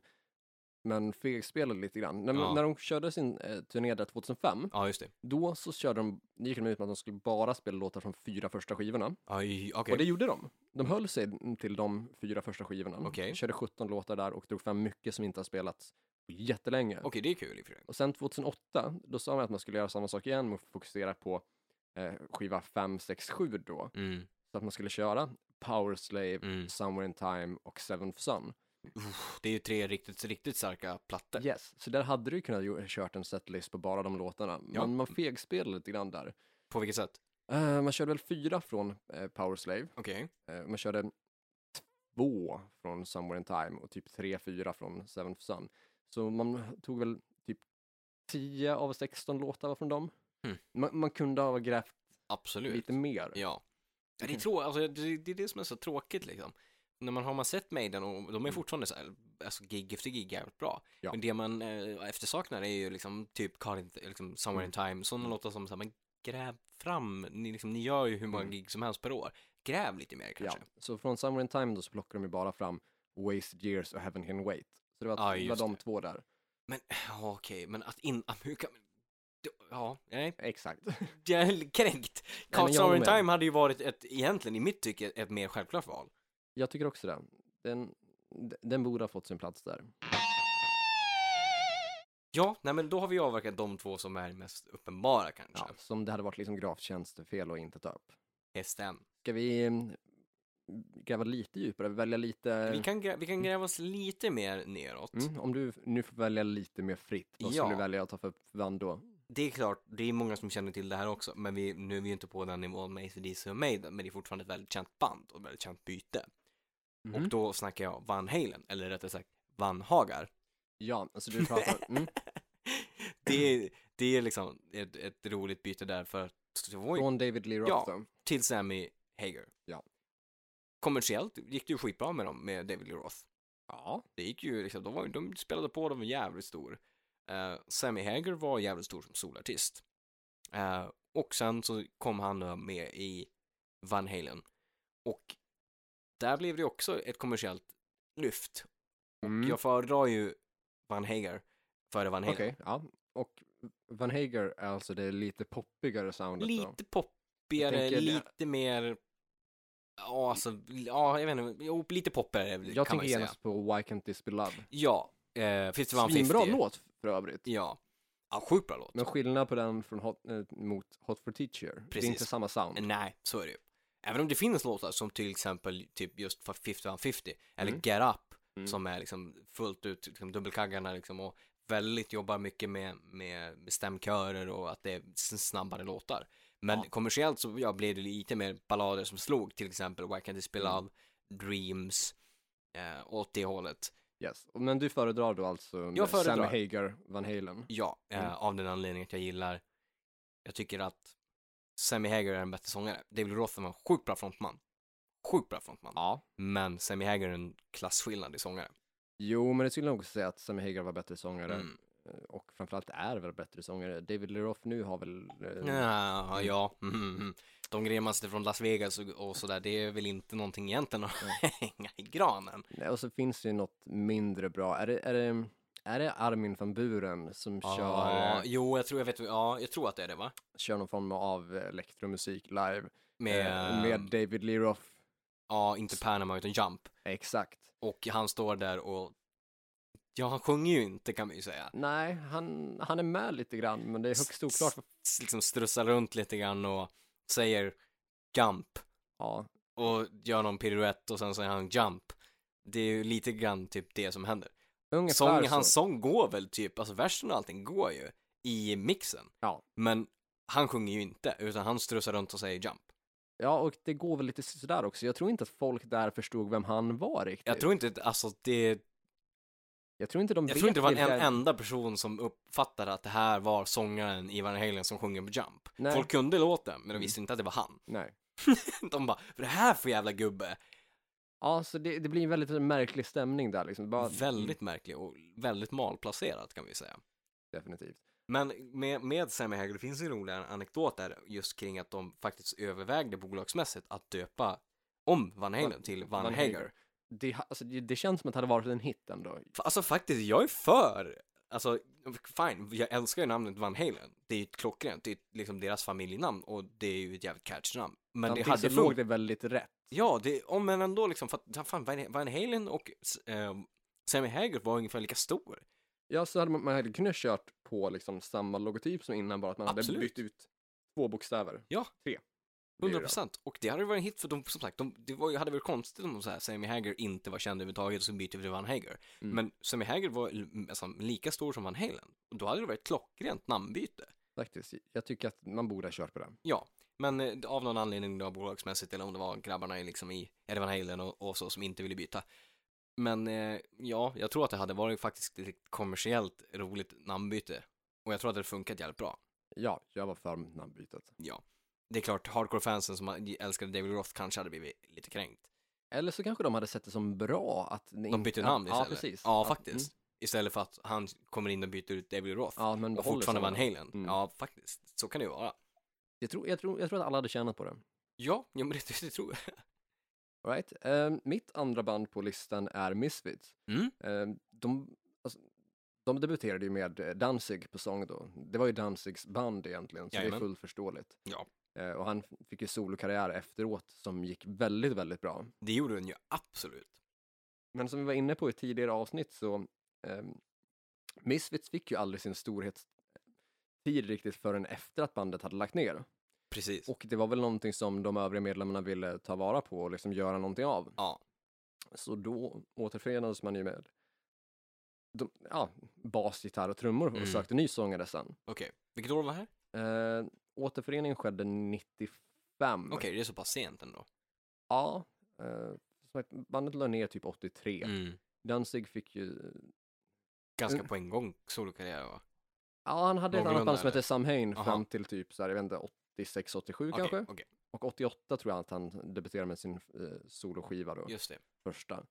A: men fegspelade lite grann. När,
B: Ja.
A: när de körde sin eh, turné där 2005,
B: Ja, just det.
A: då så körde de, gick de ut med att de skulle bara spela låtar från fyra första skivorna.
B: Aj, okej.
A: Och det gjorde de. De höll sig till de fyra första skivorna.
B: Okej.
A: Körde 17 låtar där och drog fram mycket som inte har spelats på jättelänge.
B: Okej, det är kul i och för sig.
A: Och sen 2008, då sa man att man skulle göra samma sak igen och fokusera på eh, skiva 5, 6, 7 då.
B: Mm,
A: Så att man skulle köra Power Slave,
B: mm.
A: Somewhere in Time och Seventh Son.
B: Uff, det är ju tre riktigt, riktigt starka plattor.
A: Yes, så där hade du ju kunnat ju- kört en setlist på bara de låtarna.
B: Ja.
A: Men man fegspelade lite grann där.
B: På vilket sätt?
A: Eh, man körde väl fyra från eh, Power Slave.
B: Okej.
A: Eh, Man körde två från Somewhere in Time och typ tre, fyra från Seven of Sun. Så man tog väl typ 10 av 16 låtar var från dem.
B: Mm.
A: Man, man kunde ha grävt
B: Absolut.
A: lite mer.
B: Ja. Ja, Det är,
A: Okej.
B: trå- alltså, det, det är det som är så tråkigt liksom. När man har man sett Maiden och de är
A: Mm.
B: fortfarande så här, alltså gig efter gig jävligt bra.
A: Ja.
B: Men det man eh, eftersaknar är ju liksom typ Karin, liksom Somewhere in Time, sådana
A: Mm.
B: låtar som så här, men gräv fram, ni, liksom, ni gör ju hur många
A: Mm.
B: gig som helst per år. Gräv lite mer
A: Ja.
B: kanske.
A: Så från Somewhere in Time då så plockade de ju bara fram Wasted Years och Heaven Can Wait. Så det var,
B: Ja,
A: det var
B: Ah, just
A: de
B: det.
A: två där.
B: Men ja, okej, men att in... att Hur kan... Ja, nej.
A: Exakt. *laughs*
B: Jag är kränkt.
A: men
B: Caught
A: jag
B: Summer in
A: med.
B: Time hade ju varit ett, egentligen i mitt tycke, ett mer självklart val.
A: Jag tycker också det. Den, d- den borde ha fått sin plats där.
B: Ja, nej men då har vi avverkat de två som är mest uppenbara kanske.
A: Ja, som det hade varit liksom gravt tjänstefel och inte ta upp.
B: Hästen.
A: Ska vi mm, gräva lite djupare, välja lite...
B: Vi kan, grä, vi kan gräva oss lite mer neråt.
A: Eh. Mm, om du nu får välja lite mer fritt, vad
B: Ja.
A: skulle du välja att ta för band då?
B: Det är klart, det är många som känner till det här också, men vi, nu är vi ju inte på den nivån med ACDC och Maiden, men det är fortfarande ett väldigt känt band och ett väldigt känt byte.
A: Mm.
B: Och då snackar jag Van Halen, eller rättare sagt Van Hagar. *laughs*
A: Ja, alltså du pratar... Mm,
B: det, är, det är liksom ett, ett roligt byte där för att det var
A: *laughs*
B: ju
A: från David Lee Roth
B: Ja.
A: då.
B: till Sammy Hager.
A: Ja.
B: Kommersiellt gick det ju skitbra med dem, med David Lee Roth.
A: Ja.
B: Det gick ju liksom, de, var, ju- de spelade på, de var jävligt stor. Eh, Sammy Hager var jävligt stor som solartist. Eh, och sen så kom han då med i Van Halen. Och där blev det också ett kommersiellt lyft.
A: Mm.
B: Jag föredrar ju Van Hager före Van Halen.
A: Okej, ja. Och Van Hager är alltså det lite poppigare soundet då?
B: Lite
A: Jag
B: poppigare,
A: tänker det-
B: lite mer... Ja, alltså, ja, jag vet inte. Jo, lite poppigare kan
A: Jag
B: man
A: tänker
B: ju säga.
A: genast på Why Can't This Be Love.
B: Ja, eh, 51
A: Svinbra låt för övrigt.
B: Ja. ja, sjukt bra låt.
A: Men skillnad på den från hot, eh, mot Hot for Teacher, det är
B: Precis.
A: inte samma sound.
B: Nej, så är det ju. Även om det finns låtar som till exempel typ just för 5150 eller
A: Mm.
B: Get Up
A: Mm.
B: som är liksom fullt ut, liksom dubbelkaggarna liksom och väldigt jobbar mycket med, med med stämkörer och att det är s- snabbare låtar. Men
A: Ja.
B: kommersiellt så ja, blev det lite mer ballader som slog, till exempel Why Can't This Be
A: Mm.
B: Love, Dreams, eh, åt det hållet.
A: Yes. Men du föredrar då alltså med
B: föredrar.
A: Sammy Hager, Van Halen?
B: Ja, eh,
A: Mm.
B: av den anledningen att jag gillar, jag tycker att Sammy Hagar är en bättre sångare. David Roth var en sjukt bra frontman. Sjukt bra frontman.
A: Ja.
B: Men Sammy Hagar är en klassskillnad i sångare.
A: Jo, men det skulle jag nog säga att Sammy Hager var bättre sångare
B: Mm.
A: Eh, och framförallt är väl bättre sångare. David Lee Roth nu har väl... eh,
B: Ja, ja. Mm, mm, mm. De grejer man sitter från Las Vegas och, och sådär, det är väl inte någonting egentligen att hänga i granen.
A: Nej, och så finns det ju något mindre bra. Är det, är det, är det Armin van Buren som kör,
B: Ja,
A: eh,
B: jo, jag tror jag vet, ja, jag tror att det är det va?
A: kör någon form av eh, elektromusik live?
B: Med,
A: Eh, med David Lee Roth.
B: ja, inte Panama utan Jump.
A: Exakt.
B: Och han står där och, ja, han sjunger ju inte kan man ju säga.
A: Nej, han, han är med lite grann, men det är högst oklart. vad-
B: S- Liksom strussar runt lite grann och säger Jump.
A: Ja,
B: och gör någon piruett och sen säger han jump. Det är ju lite grann typ det som händer.
A: ungefär
B: Sång,
A: så.
B: hans sång går väl typ, alltså versen och allting går ju i mixen.
A: Ja.
B: Men han sjunger ju inte, utan han strussar runt och säger jump.
A: Ja, och det går väl lite sådär också. Jag tror inte att folk där förstod vem han var riktigt.
B: Jag tror inte, att- alltså det,
A: jag tror inte de
B: jag
A: vet
B: tror inte det var en
A: vilka-
B: enda person som uppfattade att det här var sångaren Ivan Halen som sjunger på jump.
A: Nej. Mm.
B: Folk kunde låten, men de visste inte att det var han. *laughs*
A: Nej.
B: De bara, vad är det här för jävla gubbe?
A: Ja, så det, det blir en väldigt märklig stämning där liksom. Bara...
B: Väldigt märklig och väldigt malplacerat kan vi säga.
A: Definitivt.
B: Men med, med Sammy Hagar, det finns ju roliga anekdoter just kring att de faktiskt övervägde bolagsmässigt att döpa om Van Halen
A: Van-
B: till Van,
A: Van
B: Hagar.
A: Hagar. Det, ha- alltså, det, det känns som att det hade varit en hit ändå.
B: Fa- Alltså faktiskt, jag är för, alltså fine, jag älskar ju namnet Van Halen. Det är ju ett klockrent, det är liksom deras familjenamn och det är ju ett jävligt catchy namn. Men
A: Samtidigt
B: det hade
A: så låg
B: funkat.
A: det väldigt rätt.
B: Ja, det, om men ändå liksom, för att fan, Van, Van Halen och eh, Sammy Hagar var ungefär lika stor.
A: Ja, så hade man, man hade kunnat kört på liksom samma logotyp som innan, bara att man
B: Absolut.
A: hade bytt ut två bokstäver.
B: Ja.
A: Tre. Det är det
B: 100
A: då.
B: procent. Och det hade varit en hit för de, som sagt, de, det var, ju- hade varit konstigt om så här, Sammy Hager inte var känd överhuvudtaget och så byter vi till Van Hager.
A: Mm.
B: Men Sammy Hager var l- alltså, lika stor som Van Halen. Och då hade det varit ett klockrent namnbyte.
A: Faktiskt, jag tycker att man borde ha kört på den.
B: Men eh, av någon anledning då bolagsmässigt eller om det var grabbarna i, liksom i Eddie Van Halen och, och så som inte ville byta. Men eh, ja, jag tror att det hade varit faktiskt ett kommersiellt roligt namnbyte. Och jag tror att det hade funkat jävligt bra.
A: Ja, jag var för namnbytet.
B: Det är klart, hardcore-fansen som älskade David Roth kanske hade blivit lite kränkt.
A: Eller så kanske de hade sett det som bra att...
B: De bytte namn
A: ja,
B: istället.
A: Ja, precis.
B: Ja,
A: Att- mm.
B: faktiskt. Istället för att han kommer in och byter ut David Roth.
A: Mm. Ja, men
B: och
A: behåller
B: fortfarande Van
A: samma.
B: Halen.
A: Mm.
B: Ja, faktiskt. Så kan det ju vara.
A: Jag tror, jag, tror, jag tror att alla hade tjänat på det.
B: Ja, ja men det, det tror jag.
A: All right. Eh, mitt andra band på listan är Misfits.
B: Mm.
A: Eh, de, alltså, de debuterade ju med eh, Danzig på sång då. Det var ju Danzigs band egentligen, så det
B: Jajamän.
A: är fullt förståeligt.
B: Ja.
A: Eh, och han f- fick ju solokarriär efteråt som gick väldigt, väldigt bra.
B: Det gjorde den ju absolut.
A: Men som vi var inne på i tidigare avsnitt så eh, Misfits fick ju aldrig sin storhetstid riktigt förrän efter att bandet hade lagt ner.
B: Precis.
A: Och det var väl någonting som de övriga medlemmarna ville ta vara på och liksom göra någonting av.
B: Ja.
A: Så då återförenades man ju med de, ja, bas, gitarr och trummor och
B: Mm.
A: sökte ny sångare sen.
B: Okej. Vilket år var det här?
A: Eh, återföreningen skedde 95.
B: Okej, det är så pass sent ändå.
A: Ja, eh, som sagt, bandet la ner typ 83.
B: Mm.
A: Danzig fick ju,
B: Ganska
A: Mm.
B: på en gång solokarriär va?
A: ja han hade ett annat
B: Någorlunda,
A: band som hette
B: eller?
A: Samhain
B: Aha.
A: fram till typ så här, jag vet inte, 86, 87
B: Okej,
A: kanske.
B: okej.
A: Och 88 tror jag att han debuterade med sin eh, soloskiva då.
B: Just det.
A: första.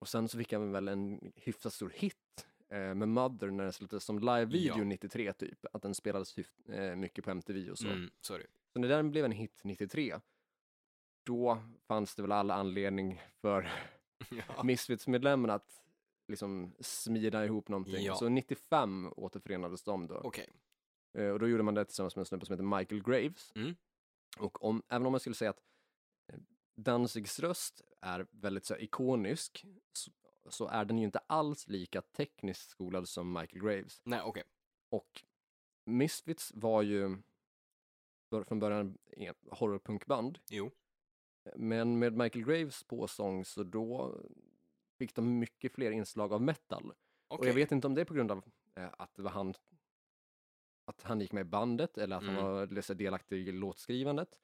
A: Och sen så fick han väl en hyfsat stor hit eh, med Mother när den släpptes som live-video
B: Ja.
A: 93 typ. Att den spelades hyft, eh, mycket på MTV och så.
B: Mm, så är det ju.
A: Så när den blev en hit 93, då fanns det väl all anledning för
B: *laughs* *laughs* Ja.
A: Misfits-medlemmarna att liksom smida ihop någonting.
B: Ja.
A: Så 95 återförenades de då.
B: Okej.
A: Eh, Och då gjorde man det tillsammans med en snubbe som heter Michael Graves.
B: Mm.
A: Och om, även om man skulle säga att eh, Danzigs röst är väldigt så här, ikonisk så, så är den ju inte alls lika tekniskt skolad som Michael Graves.
B: Nej, okej.
A: Och Misfits var ju bör- från början en horrorpunkband.
B: Jo.
A: Men med Michael Graves påsång så då fick de mycket fler inslag av metal. Och
B: Okej.
A: jag vet inte om det är på grund av eh, att det var han att han gick med i bandet eller att
B: Mm.
A: han var liksom delaktig i låtskrivandet.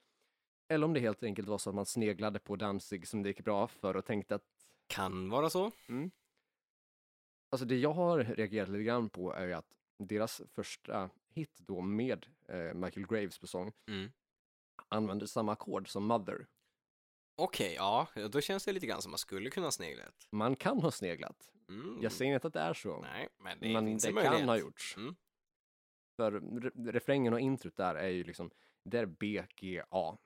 A: Eller om det helt enkelt var så att man sneglade på Danzig som det gick bra för och tänkte att,
B: Kan vara så.
A: alltså det jag har reagerat lite grann på är ju att deras första hit då med eh, Michael Graves på sång
B: Mm.
A: använder samma ackord som Mother.
B: Okej, ja. Då känns det lite grann som man skulle kunna snegla ett.
A: Man kan ha sneglat.
B: Mm.
A: Jag säger inte att det är så,
B: Nej, men det
A: men
B: finns en
A: det
B: möjlighet.
A: kan ha gjorts.
B: Mm.
A: För re- refrängen och introt där är ju liksom, det är B, G, A.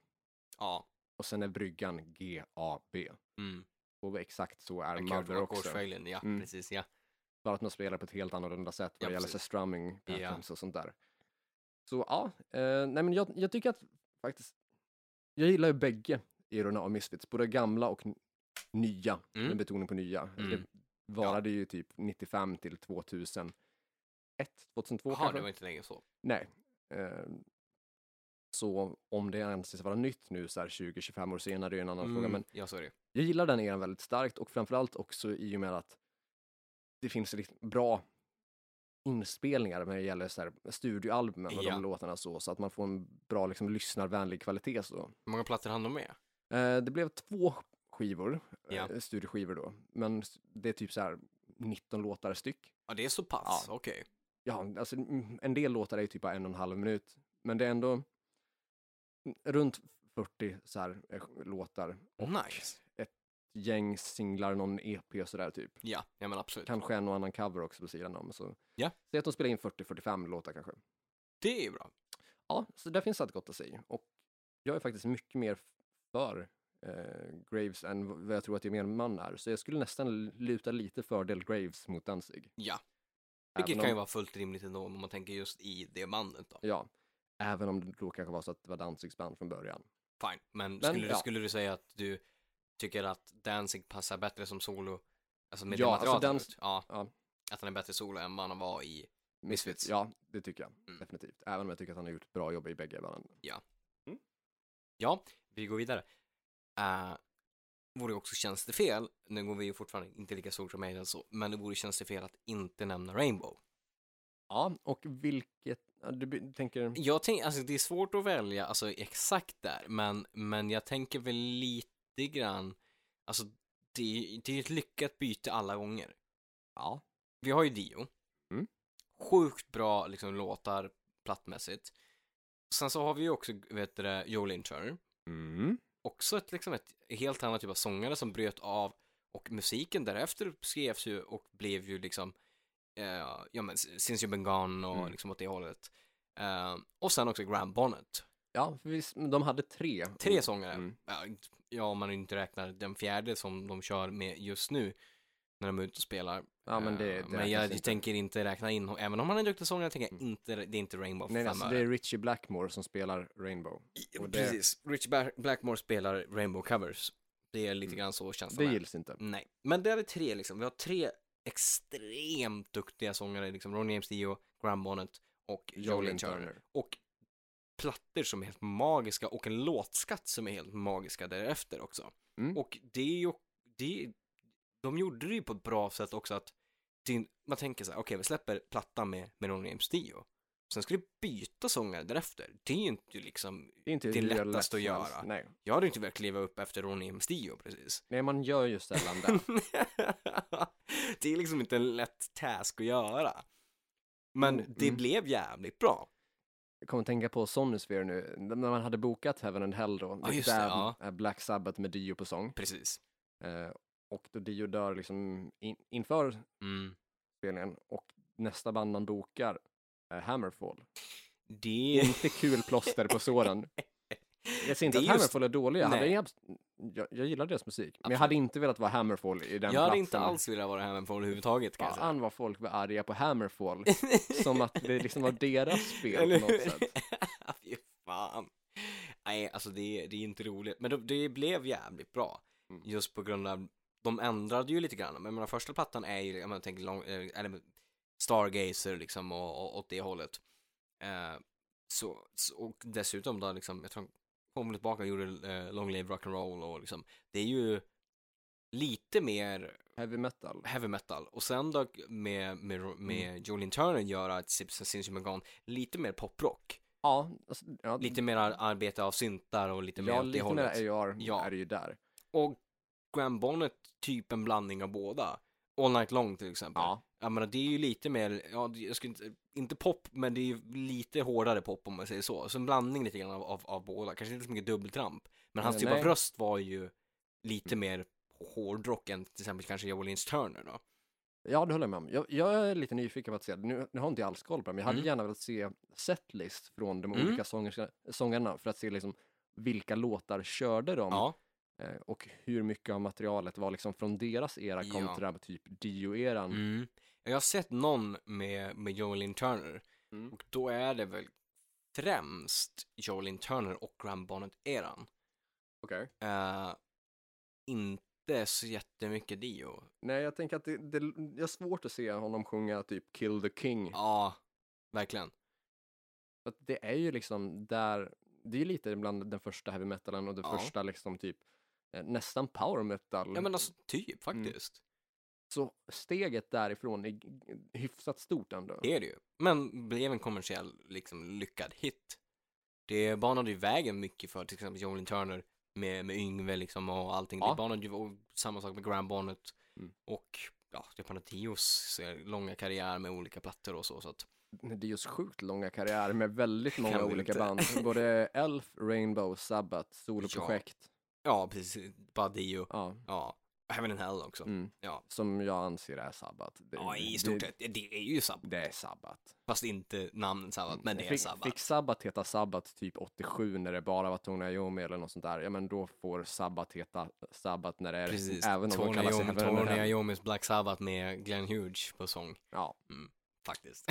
B: Ja.
A: och sen är bryggan GAB.
B: Mm.
A: Och exakt så är
B: Jag
A: Mother
B: kan
A: också.
B: Gårdsföljen, ja,
A: Mm.
B: precis, ja.
A: Bara att man spelar på ett helt annorlunda sätt vad
B: Ja,
A: det gäller så
B: precis.
A: strumming
B: Ja.
A: patterns och sånt där. Så ja, eh, nej men jag, jag tycker att faktiskt, jag gillar ju bägge erorna av Misfits, både gamla och n- nya,
B: Mm.
A: med betoning på nya. Det
B: Mm.
A: varade ju typ 95 till 2001, 2002
B: Jaha,
A: kanske?
B: det var inte länge så.
A: Nej. Eh, så om det anses vara nytt nu så här 20-25 år senare är ju en annan fråga, men
B: Mm, Ja, så är det.
A: Jag gillar den eran väldigt starkt och framförallt också i och med att det finns riktigt bra inspelningar när det gäller så här studioalbumen och
B: Ja.
A: de låtarna så, så att man får en bra liksom, lyssnarvänlig kvalitet. Så.
B: Hur många plattor hann de med?
A: Eh, det blev två skivor,
B: Ja.
A: eh, studioskivor då, men s- det är typ så här 19 låtar styck.
B: Ja, det är så pass, okej.
A: Ja, alltså, mm, en del låtar är ju typ bara en och en halv minut, men det är ändå mm, runt 40 så här, eh, låtar,
B: Nice.
A: gäng singlar, någon EP och sådär typ.
B: Ja, ja men absolut.
A: Kanske en och annan cover också på sidan om. Så.
B: Ja.
A: Säg att de spelar in 40-45 låtar kanske.
B: Det är bra.
A: Ja, så där finns allt gott att säga. Och jag är faktiskt mycket mer för eh, Graves än vad jag tror att gemene man är. Så jag skulle nästan luta lite fördel Graves mot Danzig.
B: Ja,
A: Även
B: vilket kan ju
A: om-
B: vara fullt rimligt ändå om man tänker just i det bandet då.
A: Ja, även om det då kanske var så att det var Danzigs band från början.
B: Fine, men,
A: Men,
B: skulle, du,
A: ja.
B: skulle du säga att du tycker att Danzig passar bättre som solo? Alltså med
A: Ja,
B: det materialet?
A: alltså
B: han
A: Danz-
B: gjort? ja.
A: ja.
B: Att han är bättre solo än vad han var i... Misfits.
A: Ja, det tycker jag.
B: Mm.
A: Definitivt. Även om jag tycker att han har gjort ett bra jobb i bägge banden.
B: Ja, vi går vidare. Uh, vore också tjänstefel, nu går vi ju fortfarande inte lika stort som Maiden så, men det vore tjänstefel att inte nämna Rainbow.
A: Ja, och vilket... ja, Du by- tänker...
B: Jag tänker, alltså det är svårt att välja, alltså exakt där, men, men jag tänker väl lite grann, alltså det, det är ju ett lyckat byte alla gånger.
A: Ja.
B: Vi har ju Dio.
A: Mm.
B: Sjukt bra liksom låtar plattmässigt. Sen så har vi ju också, vet du det, Jolene Turner.
A: Mm.
B: Också ett, liksom ett helt annat typ av sångare som bröt av och musiken därefter skrevs ju och blev ju liksom, eh, ja men Since You've Been Gone och
A: Mm.
B: liksom åt det hållet. Eh, och sen också Graham Bonnet.
A: Ja, för visst, men de hade tre.
B: Tre sångare.
A: Mm.
B: Ja, inte- Ja, om man inte räknar den fjärde som de kör med just nu när de är ute och spelar.
A: Ja, men det,
B: Eh,
A: det
B: men
A: räknas
B: jag
A: inte.
B: tänker inte räkna in hon- även om han är en duktig sångare, tänker jag
A: Mm.
B: inte, det är inte Rainbow för
A: Nej, nej,
B: fem
A: alltså
B: öre.
A: det är Richie Blackmore som spelar Rainbow. och det-
B: Precis, Rich Ba- Blackmore spelar Rainbow Covers. Det är lite
A: Mm.
B: grann så känslan
A: Det
B: är.
A: gills inte.
B: Nej, men där är tre liksom. Vi har tre extremt duktiga sångare, liksom Ronny James Dio, Graham Bonnet och Jolene Turner. Och plattor som är helt magiska och en låtskatt som är helt magiska därefter också.
A: Mm.
B: Och det är ju, det, är- de gjorde det ju på ett bra sätt också att det, är- man tänker så här, okej vi släpper plattan med, med Ronny James Dio. Sen ska du byta sångare därefter. Det är ju inte liksom,
A: Det är inte
B: Det är
A: hur
B: lättast
A: lätt
B: att
A: som
B: göra.
A: helst. Nej.
B: jag hade ju inte velat kliva upp efter Ronny James Dio precis. *laughs*
A: nej, man gör ju sällan *laughs* det.
B: det är liksom inte en lätt task att göra. Men
A: Mm,
B: det
A: mm.
B: blev jävligt bra.
A: Jag kommer att tänka på Sonosphere nu, när man hade bokat Heaven and Hell då, vilket
B: just det,
A: är
B: ja.
A: är Black Sabbath med Dio på sång.
B: Precis.
A: Eh, och då Dio dör liksom in, inför spelningen och nästa band man bokar är Hammerfall.
B: Det...
A: Inte kul plåster på
B: *laughs*
A: såren. Jag säger inte
B: Det
A: att
B: är just-
A: Hammerfall är dåliga, jag, hade
B: Nej.
A: inga abs- jag, jag gillar deras musik, men jag
B: Absolut.
A: hade inte velat vara Hammerfall i den
B: Jag hade
A: platsen.
B: inte alls velat vara Hammerfall överhuvudtaget kan jag säga.
A: Fan vad folk var arga på
B: *laughs*
A: Hammerfall, som att det liksom var deras spel på något
B: hur?
A: sätt.
B: *laughs* Fy fan. Nej, alltså det, är- det är inte roligt. Men det, det blev jävligt bra.
A: Mm.
B: Just på grund av, de ändrade ju lite grann. Men jag menar, första plattan är ju, om man tänker lång, eh, eller Stargazer liksom och, och åt det hållet. Eh, så, så, och dessutom då liksom, jag tror han kom tillbaka och gjorde eh, Long Live Rock'n'Roll och liksom, det är ju lite mer
A: Heavy metal.
B: heavy metal och sen då med, med, med
A: Mm.
B: Jolene Turner göra ett Simpsons Sinsumagon lite mer poprock.
A: Ja, alltså, ja
B: Lite mer ar- arbete av syntar och lite mer
A: ja,
B: åt det
A: lite mer
B: hållet.
A: AR
B: Ja.
A: är det ju där.
B: Och Graham Bonnet, typ en blandning av båda. All Night Long till exempel.
A: Ja,
B: Jag menar det är ju lite mer, ja, det- jag skulle inte, inte pop, men det är ju lite hårdare pop om man säger så. Så en blandning lite grann av, av, av båda, kanske inte så mycket dubbeltramp. Men hans
A: Nej,
B: typ
A: nej. Mm.
B: av röst var ju lite mer hårdrock än till exempel kanske Jolene Turner då.
A: ja det håller jag med om. Jag, jag är lite nyfiken på att se, nu, nu har inte jag alls koll på det, men jag hade
B: Mm.
A: gärna velat se setlist från de
B: Mm.
A: olika sångerska, sångarna för att se liksom vilka låtar körde de
B: Ja.
A: eh, och hur mycket av materialet var liksom från deras era
B: Ja.
A: kontra typ Dio-eran.
B: Mm. Jag har sett någon med, med Jolene Turner
A: Mm.
B: och då är det väl främst Jolene Turner och Graham Bonnet-eran.
A: Okej.
B: Eh, inte så jättemycket Dio.
A: Nej, jag tänker att det, det, det är svårt att se honom sjunga typ Kill the King.
B: Ja, verkligen.
A: För att det är ju liksom där, det är ju lite bland den första heavy metalen och det
B: Ja.
A: första liksom typ eh, nästan power metal.
B: Ja men alltså typ
A: Mm.
B: faktiskt.
A: Så steget därifrån är g- hyfsat stort ändå.
B: Det är det ju. Men blev en kommersiell liksom lyckad hit. Det banade ju vägen mycket för till exempel Jolene Turner med, med Yngve liksom och allting.
A: Ja.
B: Det banade ju och samma sak med Graham Bonnet
A: Mm.
B: och ja, Japan och Tios eh, långa karriär med olika plattor och så. så att,
A: Det är just sjukt långa karriärer med väldigt många
B: Kan vi
A: olika
B: inte.
A: band. Både Elf, Rainbow, Sabbath, soloprojekt.
B: ja, precis. Bara Dio.
A: Ja.
B: Ja. Heaven and Hell också.
A: Mm.
B: Ja.
A: Som jag anser är Sabbath. Det,
B: Ja, i stort
A: det,
B: sett. Det, det är ju Sabbath.
A: det är Sabbath.
B: Fast inte namnet Sabbath, men det är
A: fick,
B: Sabbath.
A: Fick Sabbat heta Sabbat typ 87 när det bara var Tony Iommi eller något sånt där, ja men då får Sabbat heta Sabbat när det är,
B: Precis.
A: även om de
B: Tony
A: kallar sig
B: Iommi-
A: Heaven and
B: Tony
A: Hell.
B: Iommis Black Sabbath med Glenn Hughes på sång,
A: Ja,
B: faktiskt.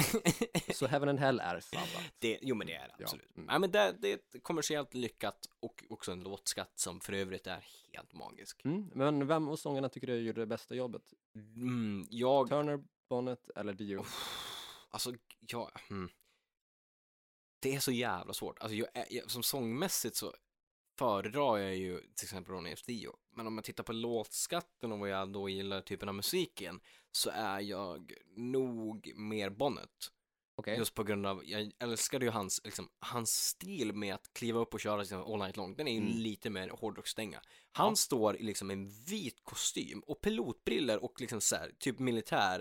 B: *laughs*
A: så Heaven and Hell är Sabbat.
B: Det, jo men det är det
A: Ja,
B: absolut.
A: mm.
B: Nej, men det, det är ett kommersiellt lyckat och också en låtskatt som för övrigt är helt magisk.
A: Mm, men vem av sångarna tycker du gjorde det bästa jobbet?
B: Mm, jag,
A: Turner, Bonnet eller Dio?
B: alltså jag, mm. Det är så jävla svårt. Alltså jag, är- jag, som sångmässigt så föredrar jag ju till exempel Ronny F. Dio. Men om man tittar på låtskatten och vad jag då gillar typen av musiken så är jag nog mer Bonnet.
A: Okej,
B: Just på grund av, jag älskade ju hans, liksom, hans stil med att kliva upp och köra sin all night long. Den är ju
A: Mm.
B: lite mer hårdrocksdänga. Han
A: Ja.
B: står i liksom en vit kostym och pilotbriller och liksom så här, typ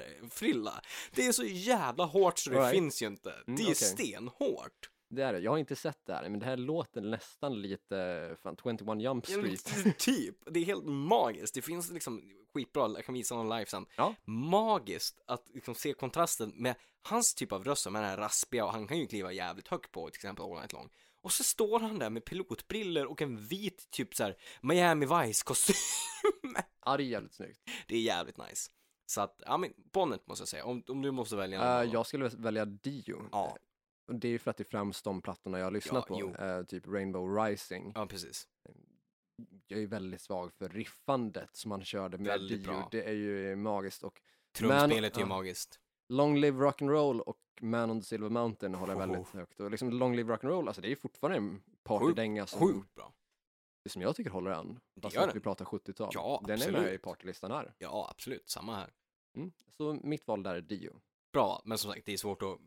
B: militärfrilla. Det är så jävla hårt så det
A: Alright.
B: finns ju inte. det är ju
A: Mm, okej.
B: stenhårt.
A: det är det. Jag har inte sett det här, men det här låter nästan lite, fan, 21 Jump
B: Ja, men
A: Street.
B: *laughs* typ, det är helt magiskt. Det finns liksom skitbra, jag kan visa någon live sen.
A: Ja.
B: Magiskt att liksom se kontrasten med hans typ av röst som är den här raspiga och han kan ju kliva jävligt högt på till exempel All Night Long. Och så står han där med pilotbriller och en vit typ så här Miami Vice kostym. *laughs*
A: Ja, det är jävligt snyggt.
B: det är jävligt nice. Så att, ja men Bonnet måste jag säga, om, om du måste välja
A: Eh,
B: någon.
A: jag skulle välja Dio.
B: Ja,
A: Och Det är ju för att det är främst de plattorna jag har lyssnat
B: Ja,
A: på,
B: jo.
A: eh, typ Rainbow Rising.
B: ja precis.
A: jag är väldigt svag för riffandet som han körde med
B: Väldigt
A: Dio.
B: bra.
A: Det är ju magiskt och
B: Trumspelet är ju
A: ja.
B: magiskt.
A: Long Live Rock'n'Roll och Man on the Silver Mountain håller jag väldigt
B: Oh.
A: högt. Och liksom Long Live Rock'n'Roll, alltså det är ju fortfarande en partydänga som,
B: Sjukt bra.
A: som jag tycker håller an. Fast
B: gör
A: att
B: den.
A: vi pratar 70-tal.
B: Ja,
A: den är med
B: absolut.
A: i partylistan här.
B: Ja, absolut, samma här.
A: Mm. Så mitt val där är Dio.
B: bra, men som sagt det är svårt att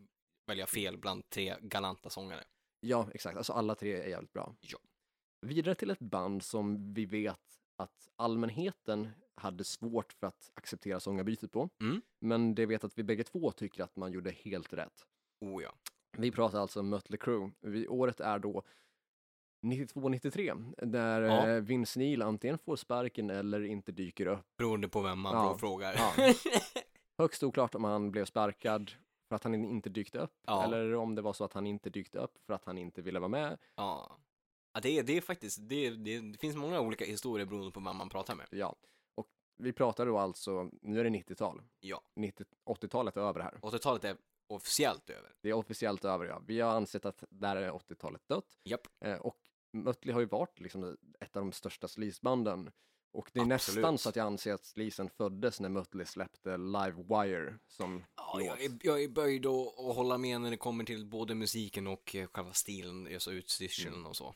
B: välja fel bland tre galanta sångare.
A: Ja, exakt. Alltså alla tre är jävligt bra.
B: Ja.
A: Vidare till ett band som vi vet att allmänheten hade svårt för att acceptera sångarbytet på.
B: Mm.
A: Men det vet att vi bägge två tycker att man gjorde helt rätt.
B: Oh ja.
A: Vi pratar alltså om Mötley Crüe. Vi, året är då 92-93, där
B: Ja.
A: eh, Vince Neil antingen får sparken eller inte dyker upp.
B: *laughs* Beroende på vem man
A: Ja,
B: frågar.
A: ja. Högst oklart om han blev sparkad för att han inte dykte upp
B: Ja.
A: eller om det var så att han inte dykte upp för att han inte ville vara med.
B: Ja. ja det, är, det är faktiskt, det, är, det, är, det finns många olika historier beroende på vem man pratar med.
A: Ja, och vi pratar då alltså, nu är det 90-tal.
B: Ja.
A: 90, 80-talet är över här.
B: 80-talet är officiellt över.
A: Det är officiellt över, ja. Vi har ansett att där är 80-talet dött.
B: Japp.
A: Eh, och Mötley har ju varit liksom ett av de största sleazebanden. Och det är
B: Absolut.
A: nästan så att jag anser att sleazen föddes när Mötley släppte Live Wire som
B: Ja,
A: låt.
B: jag, är, jag är böjd att, att hålla med när det kommer till både musiken och eh, själva stilen, alltså utstyrseln
A: Mm.
B: och så.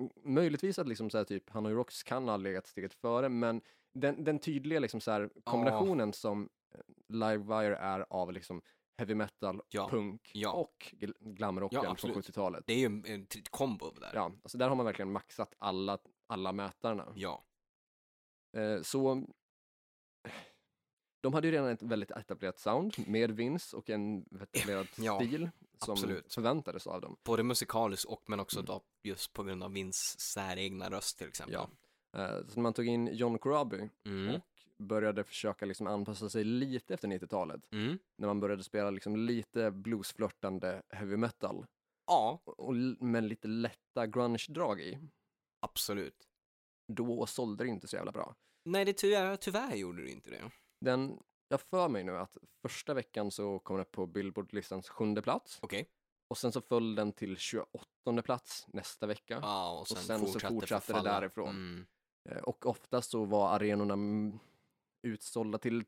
A: M- möjligtvis att liksom så här, typ Hanoi Rocks kan ha legat steget före, men den, den tydliga liksom så här, kombinationen som eh, Live Wire är av liksom heavy metal,
B: Ja.
A: punk
B: Ja.
A: och gl- glamrocken
B: Ja,
A: från
B: absolut.
A: 70-talet.
B: Det är ju en, en t- kombo där.
A: Ja, alltså där har man verkligen maxat alla, alla mätarna.
B: ja.
A: Eh, så de hade ju redan ett väldigt etablerat sound med Vince och en etablerad
B: Ja,
A: stil som
B: absolut.
A: förväntades av dem.
B: Både musikaliskt och men
A: Mm.
B: också då, just på grund av Vins säregna röst till exempel.
A: Ja. Eh, så när man tog in John Corabi
B: Mm.
A: och började försöka liksom anpassa sig lite efter 90-talet,
B: Mm.
A: när man började spela liksom lite bluesflörtande heavy metal,
B: Ja,
A: och, och, l- men lite lätta grunge-drag i,
B: absolut.
A: då sålde det inte så jävla bra.
B: Nej, det tyvärr, tyvärr gjorde du inte det.
A: Den, jag för mig nu att första veckan så kom den upp på Billboard-listans sjunde plats
B: Okej.
A: och sen så föll den till 28 plats nästa vecka.
B: Ja, och sen,
A: sen så
B: fortsatte,
A: fortsatte det
B: förfalla.
A: därifrån.
B: Mm.
A: Eh, Och oftast så var arenorna mm, utsålda till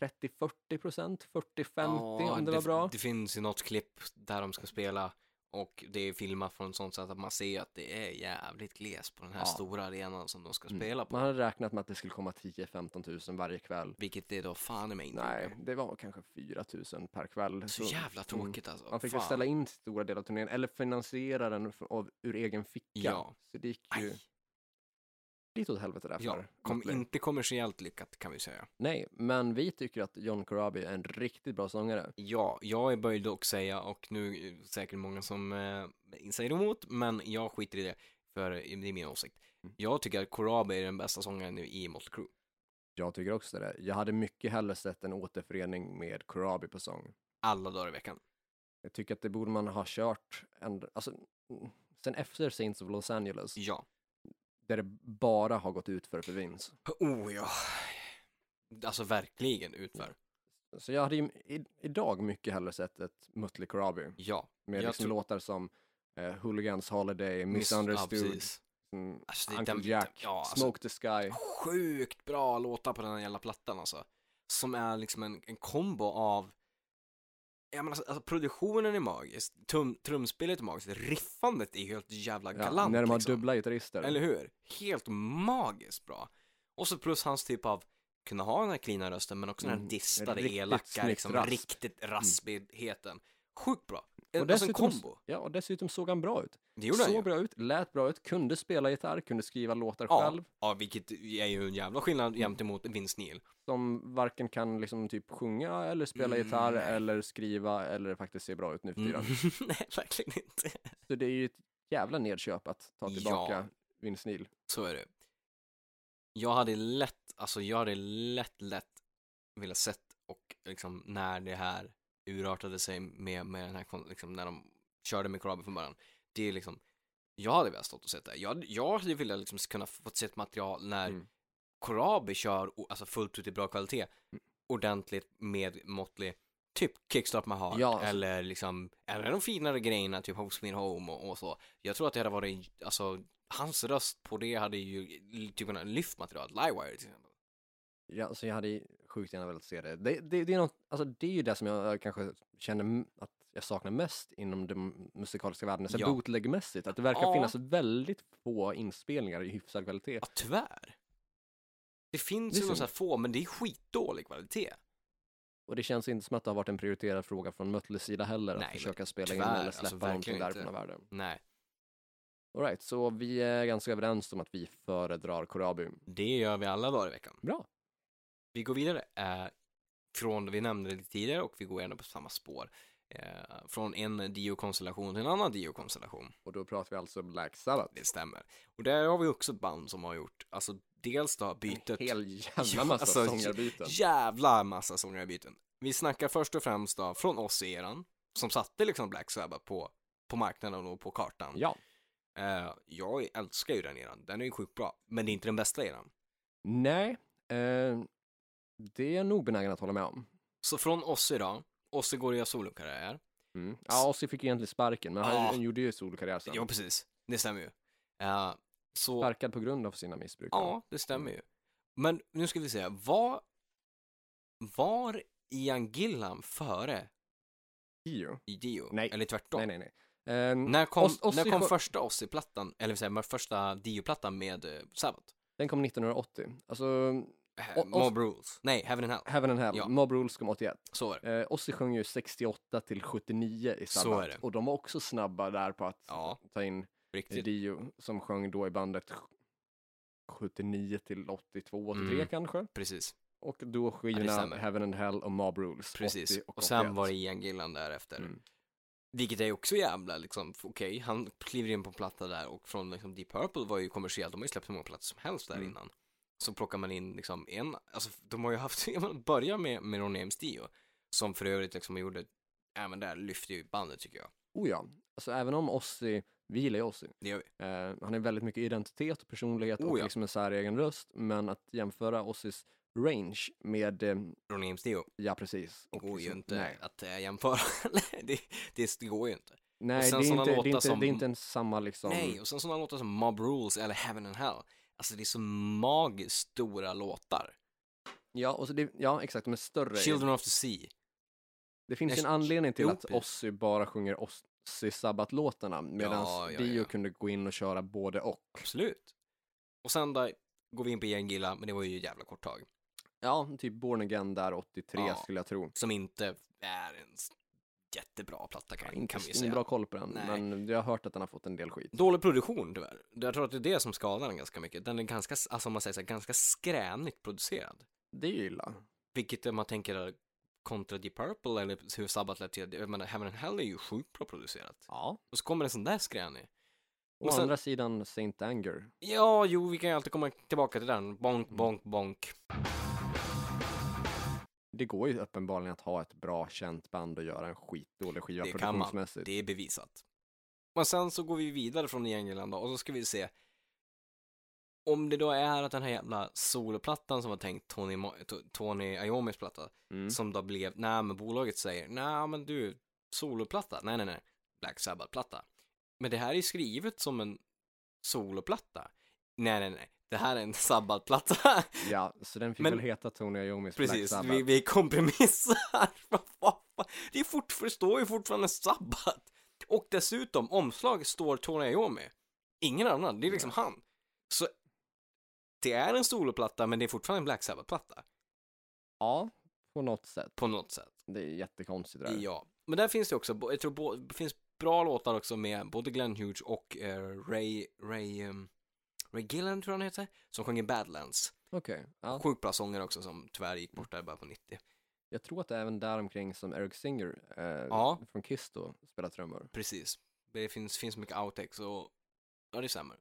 A: 30-40 procent, 40-50
B: Ja,
A: om det var bra.
B: Det finns ju något klipp där de ska spela och det är filmat från ett sånt sätt att man ser att det är jävligt gles på den här
A: Ja.
B: stora arenan som de ska
A: Mm.
B: spela på.
A: Man hade räknat med att det skulle komma 10-15 000 varje kväll.
B: Vilket det då fan i mig inte
A: Nej,
B: gjorde.
A: det var kanske 4 000 per kväll.
B: Så jävla
A: mm.
B: tråkigt alltså.
A: Man fick
B: fan.
A: ju ställa in stora delar av turnén, eller finansiera den f- av, ur egen ficka.
B: Ja.
A: Så det gick ju
B: Aj,
A: lite åt helvete där
B: ja,
A: för
B: kom
A: Motley.
B: inte kommersiellt lyckat kan vi säga.
A: Nej, men vi tycker att John Corabi är en riktigt bra sångare.
B: Ja, jag är böjd att säga och nu är det säkert många som eh, säger emot, men jag skiter i det för det är min åsikt.
A: Mm.
B: Jag tycker att Corabi är den bästa sångaren nu i Motley Crue.
A: Jag tycker också det. Jag hade mycket hellre sett en återförening med Corabi på sång.
B: Alla dagar i veckan.
A: Jag tycker att det borde man ha kört, änd- alltså, mm, sen efter Saints of Los Angeles,
B: Ja.
A: där det bara har gått ut för för Vince.
B: Oh ja. Alltså verkligen utför.
A: Så jag hade ju i, idag mycket hellre sett ett Mötley Corabi
B: Ja.
A: med
B: Jag
A: liksom
B: tror-
A: låtar som eh, Hooligans Holiday,
B: Ja,
A: Misunderstood,
B: precis.
A: mm,
B: Alltså, det är
A: Uncle
B: den-
A: Jack,
B: ja, alltså-
A: Smoke the Sky.
B: Sjukt bra låtar på den här jävla plattan alltså. Som är liksom en, en kombo av Ja men alltså, alltså produktionen är magisk, tum, trumspelet är magiskt, riffandet är helt jävla galant
A: Ja, när de har
B: liksom.
A: dubbla gitarrister.
B: Eller hur? Helt magiskt bra. Och så plus hans typ av kunna ha den här cleana rösten men också den här
A: Mm,
B: distade,
A: riktigt
B: elaka,
A: snyggt
B: liksom
A: rasp.
B: riktigt raspigheten. Sjukt bra.
A: Och
B: alltså en
A: dessutom-
B: kombo.
A: Ja, och dessutom såg han bra ut.
B: Det gjorde han ju.
A: såg bra ut, lät bra ut, kunde spela gitarr, kunde skriva låtar
B: Ja.
A: själv.
B: Ja, vilket är ju en jävla
A: Mm.
B: skillnad jämt emot Vince Neil.
A: som varken kan liksom typ sjunga eller spela
B: Mm,
A: gitarr
B: nej. Mm.
A: eller skriva eller faktiskt se bra ut nu för tiden.
B: *laughs* Nej, verkligen inte.
A: Så det är ju ett jävla nedköp att ta
B: Ja.
A: tillbaka Vince Neil.
B: Så är det. Jag hade lätt, alltså jag hade lätt, lätt velat sett och liksom när det här urartade sig med, med den här, kon- liksom när de körde med Corabi från början. Det är liksom, jag hade velat stått och sett det. här. Jag, hade- jag hade velat liksom kunna få se ett material när
A: Mm.
B: Corabi kör o- alltså fullt ut i bra kvalitet,
A: Mm.
B: ordentligt med Motley, typ Kickstart My Heart
A: Ja, alltså-
B: eller liksom, eller de finare grejerna, typ Hopes Me Home och, och så. Jag tror att det hade varit, alltså, hans röst på det hade ju l- typ kunnat lyft materialet, Livewire liksom. till exempel.
A: Ja, så jag hade ju sjukt gärna velat se det. Det, det, det, är något, alltså det är ju det som jag kanske känner m- att jag saknar mest inom den musikaliska världen, så
B: Ja.
A: bootlegmässigt, att det verkar
B: Ja.
A: finnas väldigt få inspelningar i hyfsad kvalitet.
B: Ja, tyvärr. Det finns
A: Det är
B: ju några
A: synd.
B: så här få, men det är skitdålig kvalitet.
A: Och det känns inte som att det har varit en prioriterad fråga från Mötleys sida heller,
B: Nej,
A: att
B: men
A: försöka spela in
B: tyvärr,
A: eller
B: alltså
A: släppa någonting
B: verkligen inte.
A: därifrån av världen.
B: Nej,
A: Alright, så vi är ganska överens om att vi föredrar Korabi.
B: det gör vi alla dagar i veckan.
A: Bra.
B: Vi går vidare eh, från, vi nämnde det lite tidigare och vi går gärna på samma spår. Eh, från en Dio-konstellation till en annan Dio-konstellation.
A: Och då pratar vi alltså Black Sabbath.
B: Det stämmer. Och där har vi också ett band som har gjort, alltså dels då bytet,
A: En hel jävla
B: Ja,
A: massa
B: alltså,
A: sångarbyten.
B: jävla massa sångarbyten. vi snackar först och främst då från oss i eran, som satte liksom Black Sabbath på, på marknaden och på kartan.
A: Ja.
B: Eh, jag älskar ju den eran, den är ju sjukt bra, men det är inte den bästa eran.
A: Nej, eh, det är jag nog benägen att hålla med om.
B: Så från oss idag, Ozzy går och gör solokarriär.
A: Mm. Ja, Ozzy fick ju egentligen sparken, men han,
B: Ja.
A: han gjorde ju solokarriär sen.
B: Ja, precis, det stämmer ju. Eh, så,
A: Sparkad på grund av sina missbruk.
B: ja, det stämmer ju. Men nu ska vi se, var, var Ian Gillan före
A: Dio.
B: Dio?
A: Nej.
B: Eller tvärtom?
A: Nej, nej, nej. Eh,
B: När kom,
A: Oss- Ozzy
B: när kom
A: sjö-
B: första Ozzy-plattan, eller säga, första Dio-plattan med eh, Sabbath?
A: Den kom 1980. Alltså,
B: Eh,
A: O- Oz-
B: Mob Rules. Nej, Heaven and Hell.
A: Heaven and Hell,
B: Ja.
A: Mob Rules kom 81.
B: Så var det.
A: Eh, Ozzy sjöng ju 68 till 79 i
B: Så
A: Sabbath.
B: är det.
A: Och de var också snabba där på att
B: Ja.
A: ta in
B: Riktigt.
A: Dio som sjöng då i bandet 79 till 82, 83
B: Mm.
A: kanske.
B: Precis.
A: Och då skivorna
B: stämmer.
A: Heaven and Hell och Mob Rules. 80
B: Precis.
A: och,
B: Och sen
A: 81.
B: var det Ian Gillan därefter.
A: Mm.
B: Vilket är ju också jävla liksom, f- okej, han kliver in på en platta där och från liksom Deep Purple var ju kommersiellt, de har ju släppt hur många plattor som helst där
A: Mm.
B: innan. Så plockar man in liksom en, alltså de har ju haft, *laughs* man börjar med, med No Names Dio, som för övrigt liksom gjorde, även där lyfte ju bandet tycker jag.
A: Oh ja, alltså även om Ozzy, vi gillar ju Ozzy,
B: Det gör vi.
A: eh, han har väldigt mycket identitet och personlighet
B: Oh
A: och
B: ja.
A: liksom en säregen röst, men att jämföra Ozzys range med, eh,
B: No Names Dio
A: ja precis.
B: går ju
A: liksom-
B: inte
A: Nej,
B: att äh, jämföra, *laughs* Nej, det, det, det går ju inte.
A: nej det,
B: sen
A: är
B: sådana
A: inte, det, är
B: låtar
A: inte,
B: som-
A: det är inte ens samma liksom.
B: Nej, och sen sådana låtar som Mob Rules eller Heaven and Hell. Alltså det är så magiskt stora låtar.
A: Ja, och så det, ja, exakt, de är större.
B: Children of the Sea.
A: Det finns
B: Nej,
A: ju en anledning till
B: jo,
A: att
B: precis.
A: Ozzy bara sjunger Ozzy Sabbat-låtarna medan
B: Ja, ja,
A: Dio
B: ja.
A: kunde gå in och köra både och.
B: Absolut. Och sen där går vi in på Ian Gilla, men det var ju ett jävla kort tag.
A: Ja, typ Born Again där 83
B: Ja.
A: skulle jag tro.
B: Som inte är en s- jättebra platta kan,
A: Inte
B: kan vi
A: ingen
B: säga.
A: bra koll på den,
B: Nej.
A: men jag har hört att den har fått en del skit.
B: Dålig produktion tyvärr. Jag tror att det är det som skadar den ganska mycket. Den är ganska, alltså om man säger så här, ganska skränigt producerad.
A: Det är ju illa.
B: Vilket om man tänker där, kontra Deep Purple eller hur Sabbath lät till, jag menar Heaven and Hell är ju sjukt bra producerat.
A: Ja.
B: Och så kommer en sån där skränig.
A: Å
B: Och sen-
A: andra sidan Saint Anger.
B: Ja, jo, vi kan ju alltid komma tillbaka till den. Bonk,
A: Mm.
B: bonk, bonk.
A: Det går ju uppenbarligen att ha ett bra känt band och göra en skitdålig skiva
B: Det kan man.
A: produktionsmässigt.
B: Det är bevisat. Men sen så går vi vidare från England då, och så ska vi se om det då är att den här jävla soloplattan som var tänkt, Tony, Mo- T- Tony Iommis platta,
A: Mm.
B: som då blev, nej men bolaget säger, nej men du, soloplatta, nej nej nej, Black Sabbath-platta. Men det här är skrivet som en soloplatta. Nej nej nej, det här är en *laughs* Sabbath-platta.
A: Ja, så den fick
B: Men-
A: väl heta Tony Iommis Black
B: Precis,
A: Sabbath.
B: vi, vi kompromissar. *laughs* Vad fan? det, är fort, det står ju fortfarande sabbat. Och dessutom, omslag står Tony Iommi. Ingen annan, det är liksom han. Så det är en soloplatta, men det är fortfarande en Black Sabbath-platta
A: Ja, på något sätt.
B: på något sätt.
A: Det är jättekonstigt det där.
B: Ja, men där finns det också, bo- jag tror bo, det finns bra låtar också med både Glenn Hughes och eh, Ray, Ray, ehm, Ray Gillen tror jag han heter, som sjöng i Badlands.
A: Okej, ja.
B: Sjukt bra sånger också som tyvärr gick bort där bara på 90.
A: Jag tror att det är även däromkring som Eric Singer eh,
B: Ja.
A: från Kiss då spelar trummor.
B: Precis. Det finns, finns mycket outtakes och ja, det stämmer.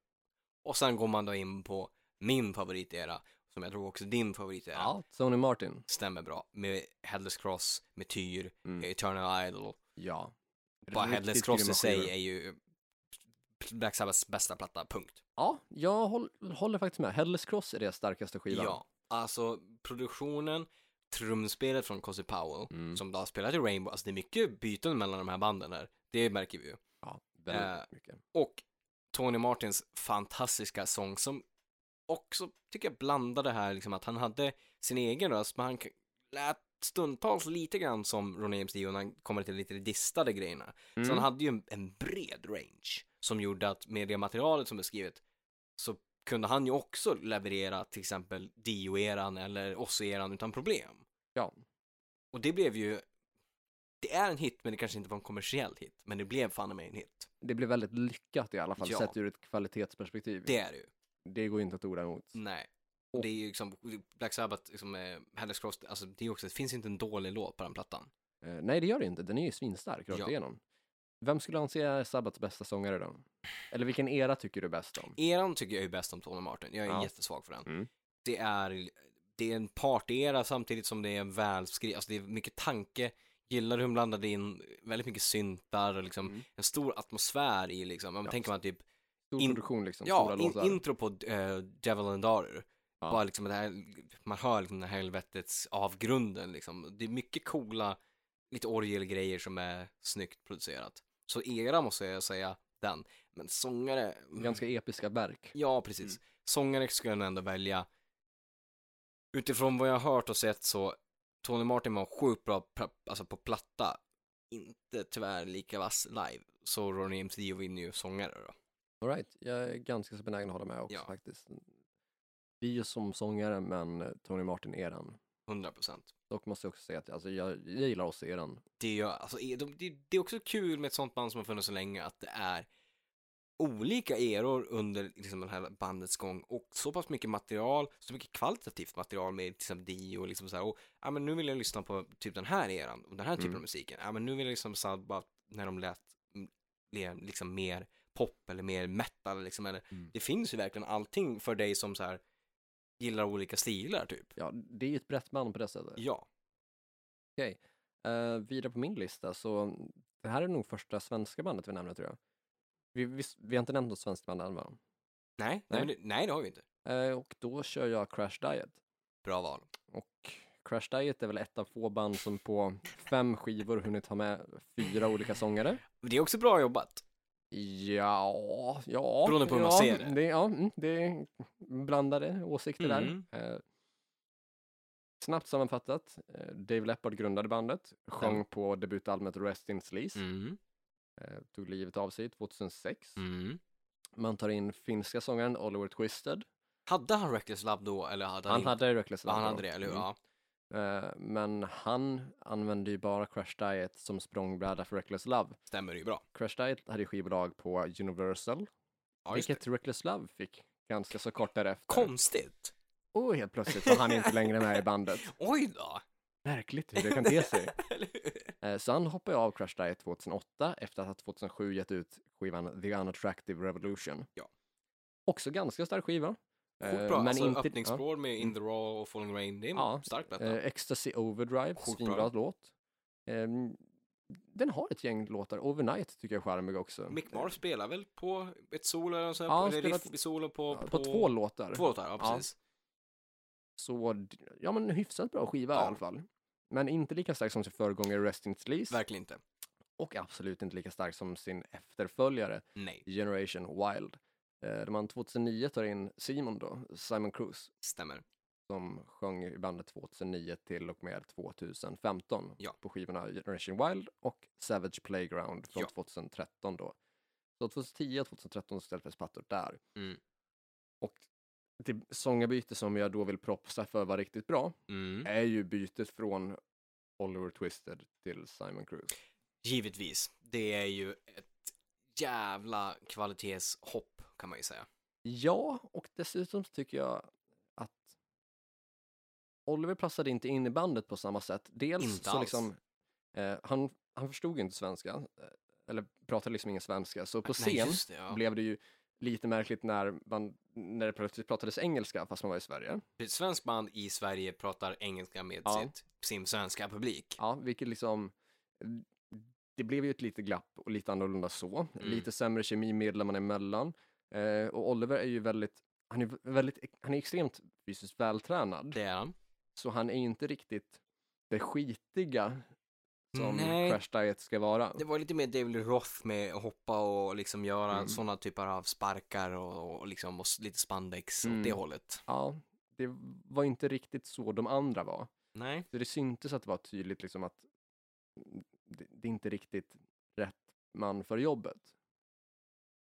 B: Och sen går man då in på min favoritera, som jag tror också din favoritera.
A: Tony Martin.
B: Stämmer bra. Med Headless Cross, med Tyr,
A: Mm.
B: Eternal Idol.
A: Ja.
B: Bara
A: Riktigt
B: Headless Cross i
A: grymma
B: sig
A: skivor.
B: är ju Black Sabbaths bästa platta, punkt.
A: Ja, jag håll, håller faktiskt med. Headless Cross är deras starkaste skiva.
B: Ja, alltså produktionen, trumspelet från Cozy Powell,
A: Mm.
B: som då spelar i Rainbow, alltså det är mycket byten mellan de här banden här. Det märker vi ju.
A: ja
B: Eh,
A: väldigt mycket.
B: och Tony Martins fantastiska sång som också tycker jag blandade här liksom att han hade sin egen röst men han k- lät stundtals lite grann som Ronny James Dio när han kommer till lite distade grejerna. Så
A: Mm.
B: han hade ju en, en bred range som gjorde att med det materialet som är skrivet så kunde han ju också leverera till exempel Dio-eran eller Ozzy-eran utan problem.
A: Ja.
B: Och det blev ju, det är en hit men det kanske inte var en kommersiell hit, men det blev fan i mig en hit.
A: Det blev väldigt lyckat i alla fall,
B: Ja.
A: sett ur ett kvalitetsperspektiv.
B: Det Mm. är det ju.
A: Det går ju inte att orda emot.
B: Nej.
A: Och-
B: Det är ju liksom, Black Sabbath, liksom, eh, Headless Cross, alltså det är också, det finns inte en dålig låt på den plattan.
A: Eh, nej, det gör det inte. Den är ju svinstark rakt
B: Ja.
A: igenom. Vem skulle anse är Sabbats bästa sångare då? Eller vilken era tycker du bäst om?
B: Eran tycker jag är bäst om Tony Martin, jag är
A: Ja.
B: jättesvag för den.
A: Mm.
B: Det är, det det är en partyera samtidigt som det är en välskriven, alltså det är mycket tanke. Gillar hur de blandade in väldigt mycket syntar och liksom
A: Mm.
B: en stor atmosfär i liksom. Man
A: Ja.
B: tänker man typ,
A: Stor
B: In-
A: produktion liksom,
B: ja,
A: stora
B: in,
A: låtar.
B: intro på eh, Devil and Daru.
A: Ja.
B: Bara liksom det här, man hör liksom det här helvetets avgrunden liksom. Det är mycket coola, lite orgelgrejer som är snyggt producerat. Så era måste jag säga den. Men sångare, mm,
A: Mm. Ganska Mm. episka verk.
B: Ja, precis. Sångare skulle jag nog ändå välja. Utifrån vad jag har hört och sett så, Tony Martin var sjukt bra pra- alltså på platta. Inte tyvärr lika vass live. Så Ronny James Dio vinner ju sångare då.
A: All right. Jag är ganska så benägen att hålla med också
B: Ja.
A: faktiskt. Dio som sångare, men eh, Tony Martin är den.
B: 100%.
A: Dock måste jag också säga att alltså, jag, jag gillar också är den.
B: Det är, ju- alltså, är- de- det, det är också kul med ett sånt band som har funnits så länge att det är olika eror under liksom, den här bandets gång och så pass mycket material, så mycket kvalitativt material med till exempel Dio och liksom så här, och ja men nu vill jag lyssna på typ den här eran och den här typen
A: Mm.
B: av musiken, ja men nu vill jag lyssna på Sabbath när de lät mm, le- liksom mer pop eller mer metal liksom, eller
A: Mm.
B: det finns ju verkligen allting för dig som så här gillar olika stilar typ.
A: Ja, det är ju ett brett band på det sättet.
B: Ja,
A: Eh, vidare på min lista, så det här är nog första svenska bandet vi nämner tror jag. Vi, vi, vi har inte nämnt något svenskt band än va?
B: nej, nej,
A: Nej.
B: men det, nej det har vi inte.
A: Eh, och då kör jag Crash Diet.
B: Bra val.
A: Och Crash Diet är väl ett av få band som på fem skivor hunnit ha med fyra olika sångare.
B: Men det är också bra jobbat.
A: Ja, ja.
B: Beroende på hur
A: ja,
B: man ser det.
A: Ja, mm, det är blandade åsikter
B: Mm.
A: där. Eh, snabbt sammanfattat, eh, Dave Leppard grundade bandet, sjöng på debutalbumet Rest in Sleaze,
B: Mm,
A: eh, tog livet av sig 2006.
B: mm.
A: Man tar in finska sångaren Oliver Twisted.
B: Hade han Reckless Love då eller hade han,
A: Han
B: inte?
A: hade Reckless
B: Ja, han
A: Love då.
B: hade det, eller hur?
A: Mm.
B: Ja.
A: Eh, Men han använde ju bara Crash Diet som språngbräda för Reckless Love.
B: Stämmer ju bra.
A: Crash Diet hade ju skivbolag på Universal,
B: Ja, just det.
A: vilket Reckless Love fick ganska så kort därefter.
B: Konstigt.
A: Och helt plötsligt var han inte längre med i
B: *laughs*
A: bandet.
B: Oj då.
A: Märkligt hur det kan te sig.
B: Eller hur?
A: Eh, Så han hoppade av Crash Diet 2008 efter att ha 2007 gett ut skivan The Unattractive Revolution.
B: Ja.
A: Också ganska stark skiva.
B: Sjukt
A: Eh,
B: bra. alltså
A: inte- Mm.
B: öppningsspår med In the Raw och Falling Rain. Det är
A: Ja,
B: starkt detta.
A: Eh, Ecstasy Overdrive,
B: Sjukt
A: svinbra
B: bra.
A: låt. Ehm, den har ett gäng låtar. Overnight tycker jag är charmig också. Eh,
B: Mick Mars spelar väl på ett solo eller så här,
A: Ja,
B: på,
A: han
B: eller
A: spelar
B: riff i solo på,
A: Ja, på, två låtar.
B: två låtar. Ja,
A: Ja.
B: precis.
A: Så, d- ja men hyfsat bra skiva i
B: Ja.
A: alla fall. Men inte lika stark som sin föregångare Rest in Sleaze
B: Verkligen inte.
A: och absolut inte lika stark som sin efterföljare
B: Nej,
A: Generation Wild. Eh, Där man 2009 tar in Simon då, Simon Cruz,
B: stämmer.
A: som sjöng i bandet 2009 till och med 2015
B: Ja.
A: på skivorna Generation Wild och Savage Playground från
B: Ja.
A: 2013 då. Så 2010 och 2013 ställdes plattor där.
B: Mm.
A: Och det sångarbyte som jag då vill propsa för var riktigt bra
B: Mm.
A: är ju bytet från Oliver Twisted till Simon Cruz.
B: Givetvis. Det är ju ett jävla kvalitetshopp kan man ju säga.
A: Ja, och dessutom så tycker jag att Oliver passade inte in i bandet på samma sätt. Dels
B: Inte
A: så
B: alls.
A: liksom, eh, han, han förstod ju inte svenska, eh, eller pratade liksom ingen svenska, så på
B: Nej,
A: scen
B: just det, ja.
A: blev det ju lite märkligt när, man, när det plötsligt pratades engelska fast man var i Sverige.
B: Ett svenskt band i Sverige pratar engelska med
A: Ja.
B: sitt, sin svenska publik.
A: Ja, vilket liksom, det blev ju ett litet glapp och lite annorlunda
B: Mm.
A: så. Lite sämre kemi medlemmarna emellan. Eh, och Oliver är ju väldigt, han är, väldigt, han är extremt fysiskt vältränad.
B: Det är han.
A: Så han är inte riktigt det skitiga som
B: Nej.
A: Crash Diet ska vara.
B: Det var lite mer David Roth med att hoppa och liksom göra
A: Mm.
B: sådana typer av sparkar och, och liksom och s- lite spandex
A: Mm.
B: åt det hållet.
A: Ja, det var inte riktigt så de andra var.
B: Nej.
A: Så det syntes att det var tydligt liksom att det, det är inte riktigt rätt man för jobbet.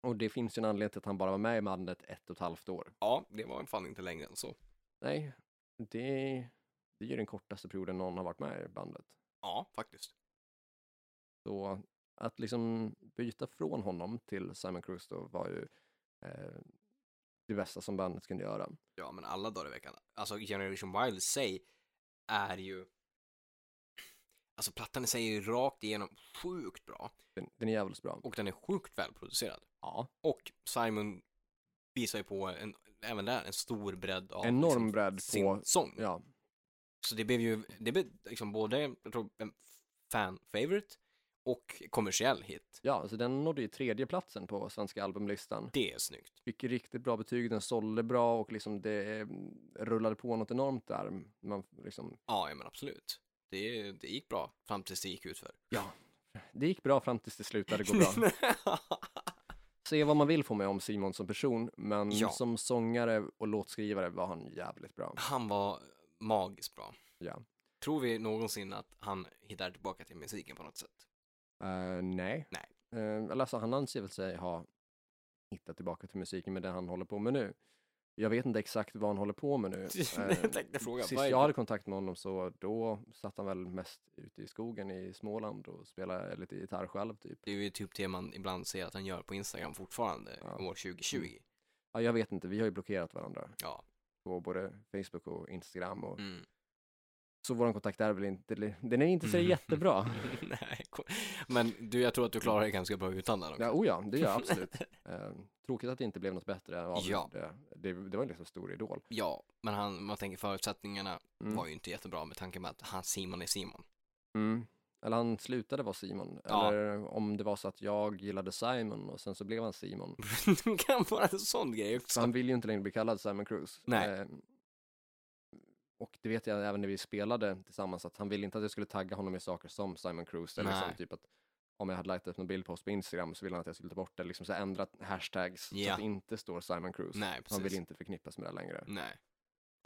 A: Och det finns ju en anledning till att han bara var med i bandet ett och ett halvt år.
B: Ja, det var fan inte längre än så.
A: Nej, det, det är ju den kortaste perioden någon har varit med i bandet.
B: Ja, faktiskt.
A: Så att liksom byta från honom till Simon Cruz då var ju eh, det bästa som bandet kunde göra.
B: Ja, men alla dagar i veckan. Alltså Generation Wild i sig är ju... Alltså plattan i sig är ju rakt igenom sjukt bra
A: Den, den är jävligt bra.
B: och den är sjukt välproducerad.
A: Ja,
B: Och Simon visar ju på en, även där en stor bredd av liksom
A: Enorm bredd på-
B: sin sång.
A: ja.
B: Så det blev ju, det blev liksom både jag tror, en fan-favorite och kommersiell hit.
A: Ja, så den nådde ju tredje platsen på svenska albumlistan.
B: Det är snyggt.
A: Fick riktigt bra betyg, den sålde bra och liksom det eh, rullade på något enormt där. Man liksom,
B: Ja, ja men absolut. Det, det gick bra fram tills det gick utför.
A: ja, det gick bra fram tills det slutade gå
B: *laughs*
A: bra. Se vad man vill få med om Simon som person, men
B: Ja.
A: som sångare och låtskrivare var han jävligt bra.
B: han var magiskt bra.
A: Ja.
B: Tror vi någonsin att han hittar tillbaka till musiken på något sätt?
A: Eh, nej.
B: Nej.
A: Eh, eller alltså, han anser väl sig ha hittat tillbaka till musiken med det han håller på med nu. Jag vet inte exakt vad han håller på
B: *laughs*
A: med nu. Eh,
B: jag tänkte fråga. vad
A: Sist
B: är
A: jag
B: det-
A: hade kontakt med honom så då satt han väl mest ute i skogen i Småland och spelade lite gitarr själv typ.
B: Det är ju typ det man ibland ser att han gör på Instagram fortfarande,
A: Ja.
B: år 2020.
A: Ja, jag vet inte, vi har ju blockerat varandra
B: Ja.
A: på både Facebook och Instagram och
B: Mm.
A: så vår kontakt är väl inte, den är inte
B: *laughs*
A: så jättebra.
B: Mm. Nej, ko- men du, jag tror att du klarar dig ganska bra utan den också.
A: Ja, oh ja, det gör jag
B: *laughs*
A: absolut. Eh, tråkigt att det inte blev något bättre av
B: Ja.
A: det. det. Det var ju liksom stor idol.
B: Ja, men han, man tänker förutsättningarna
A: Mm.
B: var ju inte jättebra med tanke på att han Simon är Simon. *laughs*
A: Mm. Eller han slutade vara Simon.
B: Ja.
A: Eller om det var så att jag gillade Simon och sen så blev han
B: *laughs*
A: Simon.
B: det kan vara en sån grej
A: Så
B: också.
A: han vill ju inte längre bli kallad Simon Cruz.
B: Nej.
A: Eh, och det vet jag även när vi spelade tillsammans att han ville inte att jag skulle tagga honom i saker som Simon Cruz. Eller
B: Nej.
A: liksom typ att om jag hade lagt upp någon bild på oss på Instagram så ville han att jag skulle ta bort det. Liksom så här, ändra hashtags så
B: Ja.
A: att det inte står Simon Cruz.
B: Nej,
A: han vill
B: precis.
A: inte förknippas med det längre.
B: Nej.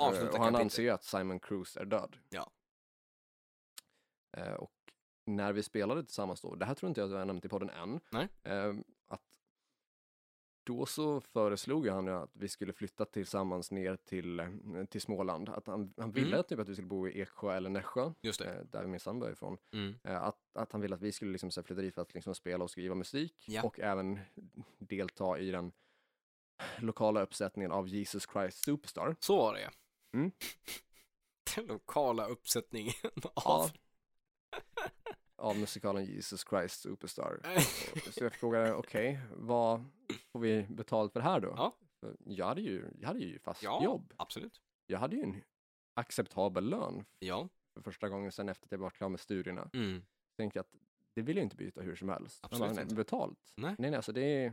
A: Eh,
B: Avsluta
A: och han
B: kapitel.
A: anser ju att Simon Cruz är död.
B: Ja.
A: Eh, och när vi spelade tillsammans då, det här tror inte jag att jag har nämnt i podden än,
B: Nej.
A: eh, att då så föreslog ju han ju att vi skulle flytta tillsammans ner till, eh, till Småland. Att han, han ville
B: Mm.
A: typ att vi skulle bo i Eksjö eller Nässjö,
B: Just det.
A: eh, där min sambo är ifrån.
B: Mm.
A: Eh, att, att han ville att vi skulle liksom så här flytta dit för att liksom spela och skriva musik
B: Ja.
A: och även delta i den lokala uppsättningen av Jesus Christ Superstar.
B: Så var det ja.
A: Mm.
B: *laughs* Den lokala uppsättningen
A: av,
B: av...
A: *laughs* av musikalen Jesus Christ Superstar. Så jag
B: *laughs*
A: frågade, okej, vad får vi betalt för det här då?
B: Ja.
A: För Jag hade ju, jag hade ju fast
B: Ja.
A: jobb.
B: *laughs* Absolut.
A: Jag hade ju en acceptabel lön
B: Ja.
A: för första gången sen efter att jag var klar med studierna.
B: Mm.
A: Jag tänkte att det vill jag inte byta hur som helst. Han
B: Absolut
A: bara, nej,
B: inte.
A: Betalt?
B: Nej.
A: nej, alltså det är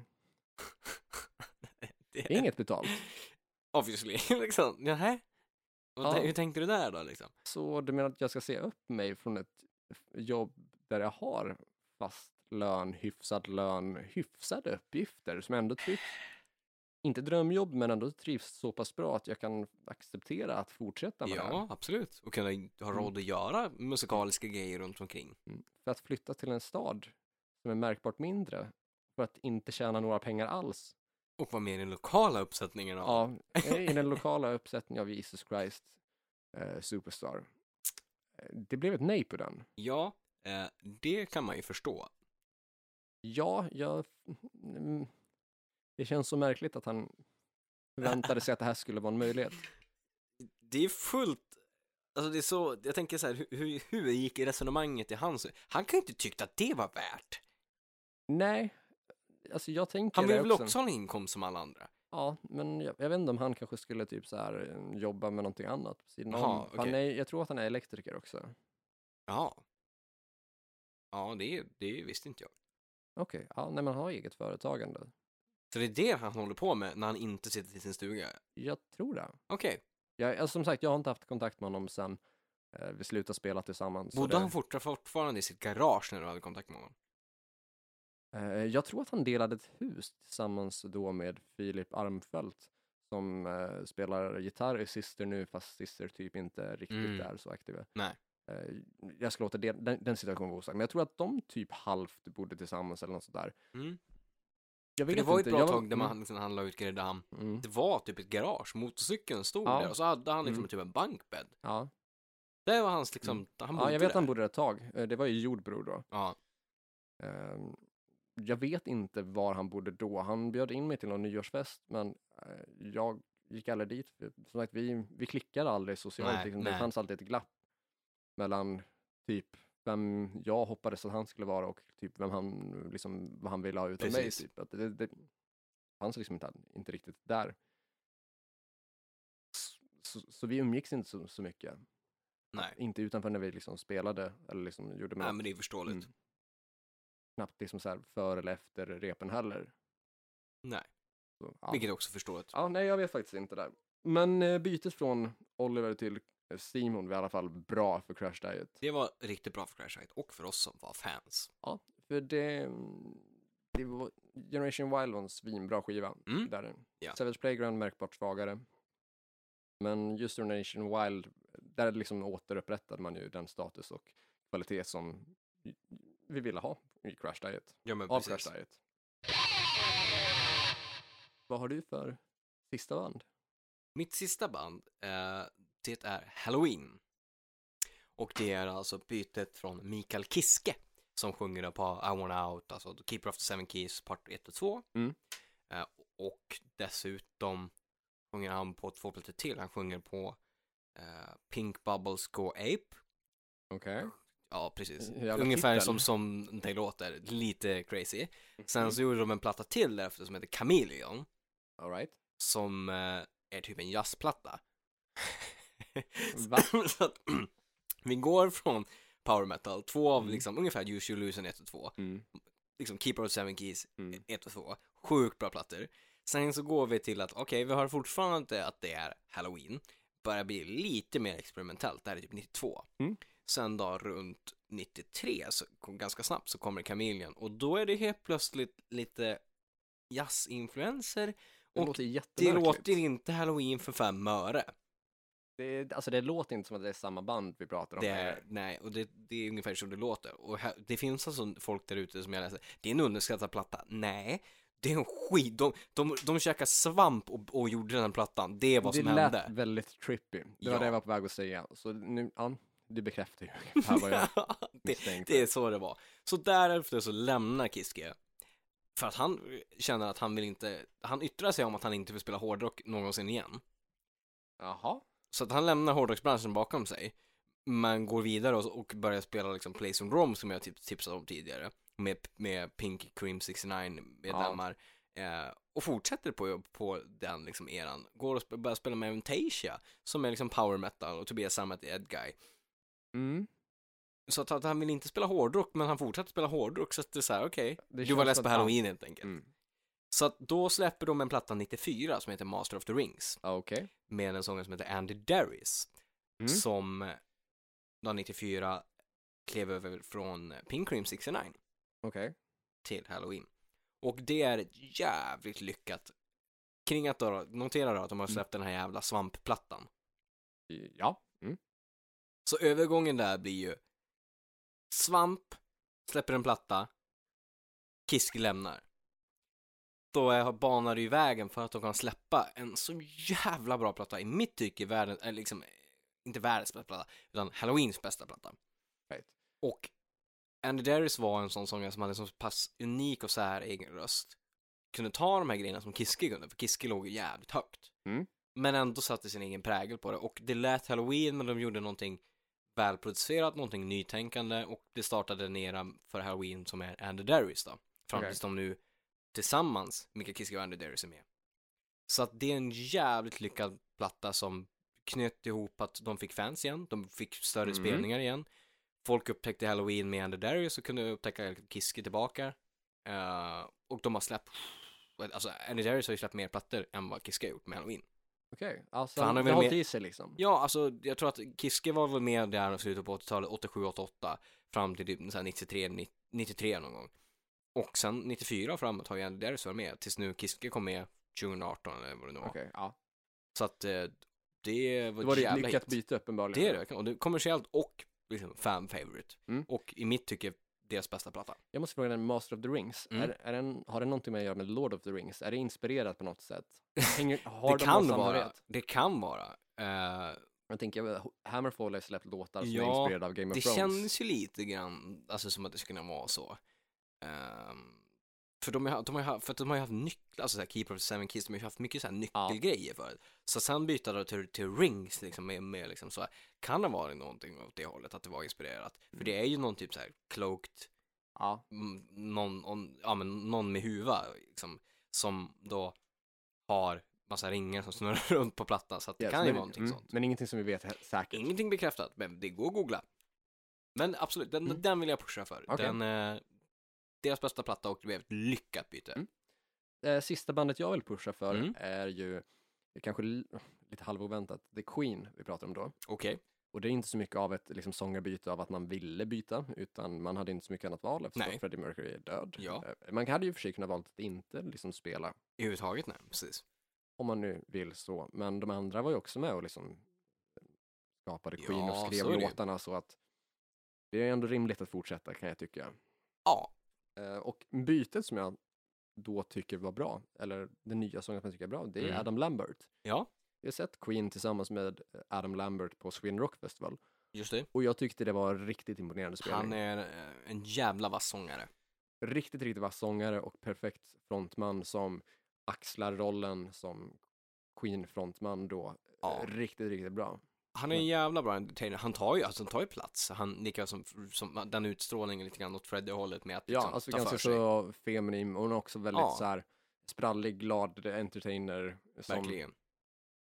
B: Det
A: det är inget betalt.
B: *laughs* Obviously, *laughs* liksom. Nähä? Och
A: Ja.
B: det- Hur tänkte du där då liksom?
A: Så du menar att jag ska se upp mig från ett jobb där jag har fast lön, hyfsad lön, hyfsade uppgifter som jag ändå trivs, inte drömjobb men ändå trivs så pass bra att jag kan acceptera att fortsätta med det Mm. här.
B: Ja, absolut. Och kunna ha råd att göra musikaliska grejer runt omkring.
A: Mm. För att flytta till en stad som är märkbart mindre för att inte tjäna några pengar alls.
B: Och vara med i den lokala uppsättningen av...
A: Ja, eh, i den lokala uppsättningen av Jesus Christ eh, Superstar. Eh, Det blev ett nej på den.
B: Ja, eh, det kan man ju förstå.
A: Ja, jag... mm, Det känns så märkligt att han förväntade sig att det här skulle vara en möjlighet.
B: Det är fullt... Alltså det är så, jag tänker så här, hur- hur, hur gick resonemanget i hans... Han kan ju inte tyckt att det var värt.
A: Nej, alltså jag tänker
B: Han vill
A: det
B: väl också ha en inkomst som alla andra?
A: Ja, men jag, jag vet inte om han kanske skulle typ så här eh, jobba med någonting annat på sidan om.
B: Jaha,
A: För han är, jag tror att han är elektriker också.
B: Ja. Ja, det, det visste inte jag.
A: Okej, ja, nej men han har eget företagande.
B: Så det är det han håller på med när han inte sitter i sin stuga?
A: Jag tror det.
B: Okej,
A: Jag, alltså, som sagt, jag har inte haft kontakt med honom sen eh, vi slutade spela tillsammans. så
B: bodde
A: det-
B: han fortfar- fortfarande i sitt garage när du hade kontakt med honom?
A: Eh, Jag tror att han delade ett hus tillsammans då med Filip Armfelt som eh, spelar gitarr i Sister nu fast Sister typ inte riktigt
B: Mm.
A: är så aktiva.
B: Nej.
A: Eh, Jag ska låta det, den, den situationen vara osagd, men jag tror att de typ halvt bodde tillsammans eller något sådär.
B: Mm.
A: Jag
B: För
A: vet
B: det var ju ett
A: inte,
B: bra
A: jag
B: tag där man liksom, han la ut grejer där han,
A: Mm, mm,
B: det var typ ett garage, motorcykeln stod
A: Ja.
B: där och så hade han liksom
A: Mm.
B: typ en bankbädd.
A: ja.
B: Det var hans liksom, han bodde
A: ja, jag vet
B: där.
A: att han bodde där ett tag. Eh, Det var ju Jordbro då.
B: Ja,
A: Ehm, Jag vet inte var han bodde då. Han bjöd in mig till någon nyårsfest, men eh, jag gick aldrig dit. För, som sagt, vi, vi klickade aldrig socialt.
B: Nej,
A: liksom. Det
B: nej.
A: fanns alltid ett glapp mellan typ vem jag hoppades att han skulle vara och typ vem han, liksom, vad han ville ha utav mig.
B: Precis.
A: Typ. Att det, det fanns liksom inte, inte riktigt där. S- Så, så vi umgicks inte så, så mycket.
B: Nej.
A: Inte utanför när vi liksom spelade eller liksom gjorde
B: Nej,
A: med
B: men det är förståeligt.
A: Mm. knappt liksom så här före eller efter repen heller.
B: Nej,
A: Så, ja.
B: vilket är också förståeligt.
A: Ja, nej, jag vet faktiskt inte där. Men eh, bytet från Oliver till eh, Simon var i alla fall bra för Crash Diet.
B: Det var riktigt bra för Crash Site och för oss som var fans.
A: För det, mm, det var Generation Wild var en svinbra skiva.
B: Mm.
A: Där. är den.
B: Ja.
A: Savage Playground märkbart svagare. Men just Generation Wild, där liksom återupprättade man ju den status och kvalitet som vi ville ha i Crash Diet.
B: Ja, men
A: Av
B: precis.
A: Crash Diet. Vad har du för sista band?
B: Mitt sista band, eh, det är Halloween. Och det är alltså bytet från Mikael Kiske som sjunger då på I Wanna Out, alltså The Keeper of the Seven Keys, part 1 och 2.
A: Mm.
B: Eh, och dessutom sjunger han på två plattor till, han sjunger på eh, Pink Bubbles Go Ape.
A: Okej.
B: Ja, precis.
A: Jävla
B: Ungefär
A: titel. Mm.
B: som, som det låter, lite crazy. Sen så gjorde de en platta till därefter som heter Chameleon
A: All right.
B: som eh, är typ en jazzplatta. *laughs*
A: Va?
B: så att *clears throat* vi går från power metal, två av
A: Mm.
B: liksom ungefär Use Your Illusion 1 och 2,
A: Mm.
B: liksom Keeper of Seven Keys
A: Mm.
B: 1 och 2, sjukt bra plattor. Sen så går vi till att, okej, vi har fortfarande att det är Halloween, börjar bli lite mer experimentellt, det här är typ 92.
A: Mm.
B: Sen då runt 93, så, ganska snabbt, så kommer Chameleon och då är det helt plötsligt lite jazzinfluenser
A: Det
B: och
A: låter
B: det
A: jättemärkligt.
B: låter inte halloween för fem öre.
A: Det, alltså det låter inte som att det är samma band vi pratar om. Eh,
B: Det
A: här.
B: är, nej, och det, det är ungefär så det låter. Och här, det finns alltså folk där ute som jag läser, det är en underskattad platta. Nej, det är en skit. De, de, de käkade svamp och, och gjorde den här plattan. Det är vad
A: det
B: som
A: lät
B: hände.
A: väldigt trippy. Det var
B: Ja.
A: det jag var på väg att säga. Så nu, ja, det bekräftar ju *laughs* ungefär vad jag
B: *laughs* det,
A: misstänkte.
B: det är så det var. Så därefter så lämnar Kiske. För att han känner att han vill inte, han yttrar sig om att han inte vill spela hårdrock någonsin igen.
A: Jaha.
B: Så att han lämnar hårdrocksbranschen bakom sig, men går vidare och, och börjar spela liksom Play Some Rom som jag tip- tipsade om tidigare, med, med Pink Cream 69 medlemmar. Eh, och fortsätter på, på den liksom eran. Går och sp- börjar spela med Aventasia, som är liksom power metal, och Tobias Sammet är Edguy.
A: Mm.
B: Så att, att han vill inte spela hårdrock, men han fortsätter spela hårdrock, så att det är så här, okej,
A: Det
B: du var
A: känns
B: less
A: som
B: på
A: att han-
B: halloween helt enkelt.
A: Mm.
B: Så att då släpper de en platta 94 som heter Master of the Rings,
A: Ja, Okej.
B: med en sångare som heter Andy Darius.
A: Mm.
B: som då 94 klev över från Pink Cream 69
A: Okej.
B: till Halloween. Och det är ett jävligt lyckat. Kring att då, notera då att de har släppt den här jävla svampplattan.
A: Ja. Mm.
B: Så övergången där blir ju svamp, släpper en platta, Kisk lämnar. Då är- banar det ju vägen för att de kan släppa en så jävla bra platta i mitt tycke, världen, eller liksom, inte världens bästa platta, utan Halloweens bästa platta.
A: Right.
B: Och Andy Darius var en sån sångare som hade så pass unik och så här egen röst. Kunde ta de här grejerna som Kiske kunde, för Kiske låg ju jävligt högt.
A: Mm.
B: Men ändå satte sin egen prägel på det och det lät halloween men de gjorde någonting välproducerat, någonting nytänkande och det startade en era för halloween som är Andy Darius då. Fram
A: Okej.
B: tills de nu tillsammans, Mikael Kiske och Andy Darius är med. Så att det är en jävligt lyckad platta som knöt ihop att de fick fans igen, de fick större
A: Mm.
B: spelningar igen. Folk upptäckte halloween med Andy Darius och kunde upptäcka Kiske tillbaka. Eh, och de har släppt, alltså Andy Darius har ju släppt mer plattor än vad Kiske har gjort med halloween.
A: Okej. Alltså,
B: För han
A: han
B: har
A: har
B: väl
A: hållit
B: med-
A: i sig liksom.
B: Ja, alltså jag tror att Kiske var väl med där i slutet på 80-talet, 87, 88, fram till typ så här 93, 90 93 någon gång. Och sen 94 framåt har ju Andy Darius varit med, tills nu Kiske kom med 2018 eller vad det nu var.
A: Okej. Ja.
B: Så att eh,
A: Det
B: det var
A: var
B: ett
A: det ett
B: jävla
A: lyckat
B: hit.
A: byte uppenbarligen.
B: Det är det, verkligen. och det är kommersiellt och liksom fan favorite.
A: Mm.
B: Och i mitt tycke deras bästa platta.
A: Jag måste fråga den Master of the Rings.
B: Mm.
A: Är, är den, har den någonting med att göra med Lord of the Rings? Är det inspirerat på något sätt? Hänger, har
B: *laughs* det
A: de
B: kan
A: någon
B: vara,
A: samhörighet?
B: det kan vara. Eh,
A: Jag tänker, Hammerfall har ju släppt låtar som
B: Ja,
A: är inspirerade av Game of
B: det
A: Thrones.
B: känns ju lite grann, alltså som att det skulle kunna vara så. Ehm, för de, har- de har ju haft, för att de har ju haft nycklar, alltså såhär Keeper of the Seven Keys, de har ju haft mycket såhär nyckelgrejer förut. Så sen byta då till, till rings liksom med, med liksom så här, kan det vara någonting åt det hållet att det var inspirerat?
A: Mm.
B: För det är ju någon typ såhär cloaked,
A: Ja.
B: m- någon, någon, ja men någon med huva liksom, som då har massa ringar som snurrar *laughs* runt på plattan så att det
A: Yes,
B: kan ju
A: men-
B: vara någonting
A: mm,
B: sånt.
A: Men ingenting som vi vet he- säkert.
B: Ingenting bekräftat, men det går att googla. Men absolut, den,
A: Mm.
B: den vill jag pusha för.
A: Okej.
B: Den, eh, deras bästa platta och det blev ett lyckat byte.
A: Mm. eh, sista bandet jag vill pusha för
B: Mm.
A: är ju kanske l- lite halvoväntat The Queen vi pratar om då.
B: Okej.
A: Och det är inte så mycket av ett liksom, sångarbyte av att man ville byta, utan man hade inte så mycket annat val eftersom
B: Nej.
A: Freddie Mercury är död.
B: Ja.
A: Eh, Man hade ju i och för sig kunnat valt att inte liksom, spela,
B: I huvudtaget, nej, precis.
A: om man nu vill så, men de andra var ju också med och liksom skapade Queen
B: Ja,
A: och skrev
B: så är det ju.
A: låtarna så att det är ändå rimligt att fortsätta kan jag tycka.
B: Ja,
A: Eh, Och bytet som jag då tycker var bra, eller den nya sången som jag tycker är bra, det är
B: Mm.
A: Adam Lambert.
B: ja,
A: Jag har sett Queen tillsammans med Adam Lambert på Sweden Rock Festival
B: just det.
A: och jag tyckte det var en riktigt imponerande spelning.
B: Han är eh, en jävla vass sångare.
A: Riktigt, riktigt vass sångare och perfekt frontman som axlar rollen som Queen-frontman då.
B: Ja.
A: Riktigt, riktigt bra.
B: Han är
A: Mm.
B: en jävla bra entertainer. Han tar ju, alltså, han tar ju plats. Han, lika som, som den utstrålningen lite grann åt Freddy-hållet med att
A: Ja,
B: liksom,
A: alltså
B: ta
A: ganska
B: för sig.
A: så feminin och hon är också väldigt
B: Ja.
A: så här sprallig, glad entertainer. Som,
B: Verkligen.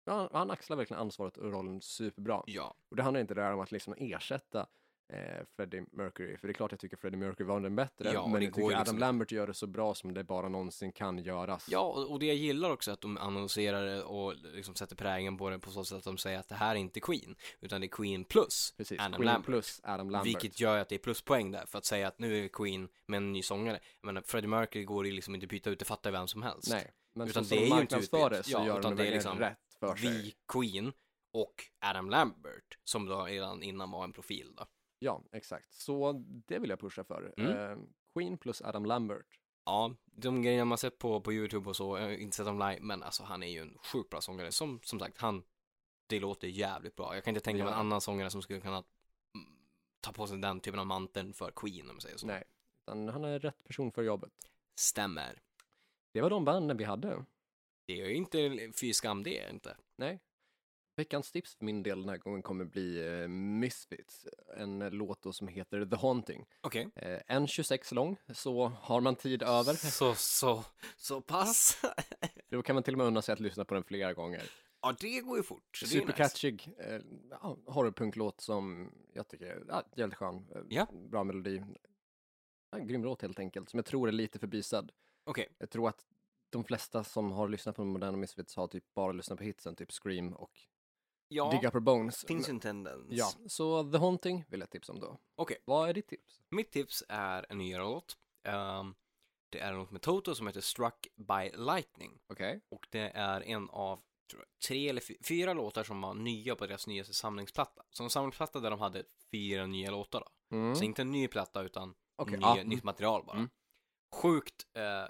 A: Ja, han axlar verkligen ansvaret och rollen superbra.
B: Ja,
A: Och det handlar inte där om att liksom ersätta eh, Freddie Mercury, för det är klart jag tycker Freddie Mercury var den bättre,
B: Ja, och
A: men
B: det
A: jag
B: går
A: tycker
B: ju
A: Adam
B: liksom-
A: Lambert gör det så bra som det bara någonsin kan göras.
B: ja och, och det jag gillar också är att de annonserar det och liksom sätter prägen på det på så sätt att de säger att det här är inte Queen, utan det är Queen plus
A: Precis,
B: Adam
A: Queen
B: Lambert.
A: plus Adam Lambert.
B: Vilket gör att det är pluspoäng där för att säga att nu är Queen med en ny sångare. Jag menar, Freddie Mercury går ju liksom inte att byta ut, det fattar vem som helst.
A: Nej, men
B: Utan
A: så som
B: det är
A: de
B: ju inte
A: marknadsför
B: utbytt.
A: det så
B: Ja,
A: gör
B: utan
A: de
B: det är
A: verkligen
B: liksom
A: rätt för sig.
B: Vi, Queen och Adam Lambert, som då redan innan var en profil då.
A: Ja, exakt. Så det vill jag pusha för.
B: Mm.
A: Eh, Queen plus Adam Lambert.
B: Ja, de grejerna man sett på, på YouTube och så, jag har inte sett dem live, men alltså han är ju en sjukt bra sångare. Som, som sagt, han, det låter jävligt bra. Jag kan inte tänka mig en
A: Ja.
B: annan sångare som skulle kunna mm, ta på sig den typen av manteln för Queen om man säger så.
A: Nej, utan han är rätt person för jobbet.
B: Stämmer.
A: Det var de banden vi hade.
B: Det är ju inte fy skam det är inte.
A: Veckans tips för min del den här gången kommer bli eh, Misfits, en eh, låt då som heter The Haunting.
B: Okej.
A: Eh, en 26 lång, så har man tid
B: *laughs*
A: över.
B: Så, så, så pass.
A: Då kan man till och med unna sig att lyssna på den flera gånger.
B: ja, det går ju fort. så det är ju nice.
A: Supercatchig eh, ja, horrorpunklåt som jag tycker är ja, jävligt skön. Eh,
B: Ja.
A: Bra melodi. Ja, grym låt helt enkelt, som jag tror är lite förbisad.
B: Okej.
A: Jag tror att de flesta som har lyssnat på de moderna Misfits har typ bara lyssnat på hitsen, typ Scream och
B: Ja,
A: Dig Up Her Bones.
B: things in tendence.
A: Ja, så The Haunting vill jag tipsa om då.
B: Okej.
A: Vad är ditt tips?
B: Mitt tips är en nyare låt. Ehm, det är en låt med Toto som heter Struck by Lightning.
A: Okej.
B: Och det är en av tror jag, tre eller fy- fyra låtar som var nya på deras nyaste samlingsplatta. Så en samlingsplatta där de hade fyra nya låtar då.
A: Mm.
B: Så inte en ny platta utan
A: Okej,
B: ny,
A: ja.
B: nytt material bara.
A: Mm.
B: Sjukt eh,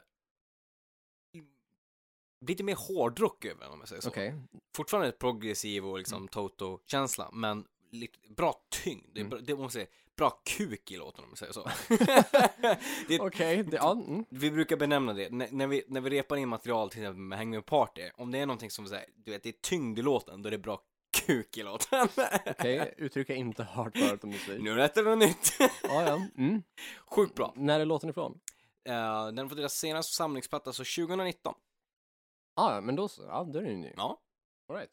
B: lite mer hårdrock över den om jag säger så.
A: Okej. Mm.
B: Fortfarande ett progressiv och liksom Toto-känsla men lite bra tyngd. Det, är
A: Mm.
B: bra, det måste jag säga, bra kuk i låten om jag
A: *laughs*
B: säger så. *laughs* det är ett
A: Okej, det- ja. Mm.
B: vi brukar benämna det, när, när, vi, när vi repar in material till exempel med Hang Me Party, om det är någonting som säger, du vet, det är tyngd i låten, då är det bra kuk i låten. *laughs*
A: Okej, uttryck jag inte hört förut om musik.
B: nu rättar vi något nytt. *laughs*
A: Ja, ja. Mm.
B: Sjukt bra.
A: När är låten ifrån?
B: Eh, den får deras senaste samlingsplatta, så 2019.
A: Ah, ja, men då så. Ja, då är den ny.
B: Ja,
A: All right.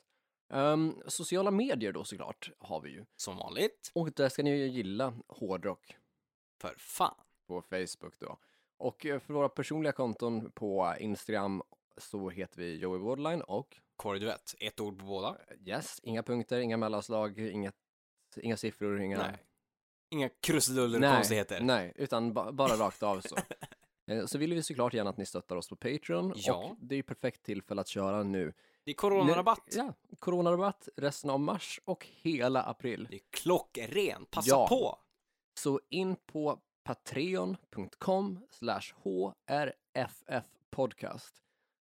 A: Ehm, sociala medier då såklart har vi ju.
B: som vanligt.
A: Och där ska ni ju gilla hårdrock
B: För fan.
A: på Facebook då. Och eh, för våra personliga konton på Instagram så heter vi Joey Wardline och
B: Corey Duett, ett ord på båda.
A: eh, yes, inga punkter, inga mellanslag, inget, inga siffror, inga...
B: Nej. Inga krusiduller och
A: Nej,
B: konstigheter.
A: Nej, utan ba- bara rakt av
B: *laughs*
A: så. Eh, Så vill vi såklart gärna att ni stöttar oss på Patreon
B: Ja.
A: och det är ju perfekt tillfälle att köra nu.
B: Det är coronarabatt.
A: Nu- Ja, coronarabatt resten av mars och hela april.
B: Det är klockrent. Passa
A: Ja.
B: på.
A: Så in på patreon.com slash hrffpodcast.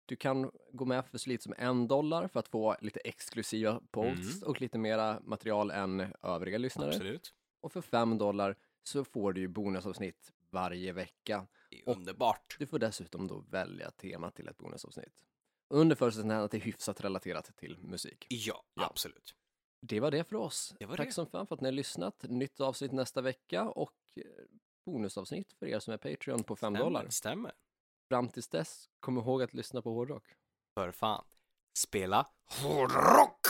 A: Du kan gå med för så lite som en dollar för att få lite exklusiva posts och lite mera material än övriga lyssnare.
B: Mm. Absolut.
A: Och för fem dollar så får du ju bonusavsnitt varje vecka.
B: Det är underbart.
A: Du får dessutom då välja tema till ett bonusavsnitt. Under förutsättning att det är hyfsat relaterat till musik.
B: Ja,
A: Ja.
B: absolut.
A: Det var det för oss.
B: Det var
A: Tack
B: det.
A: som fan för att ni har lyssnat. Nytt avsnitt nästa vecka och eh, bonusavsnitt för er som är Patreon på 5 dollar.
B: Stämmer.
A: Fram tills dess, kom ihåg att lyssna på hårdrock.
B: För fan. spela hårdrock!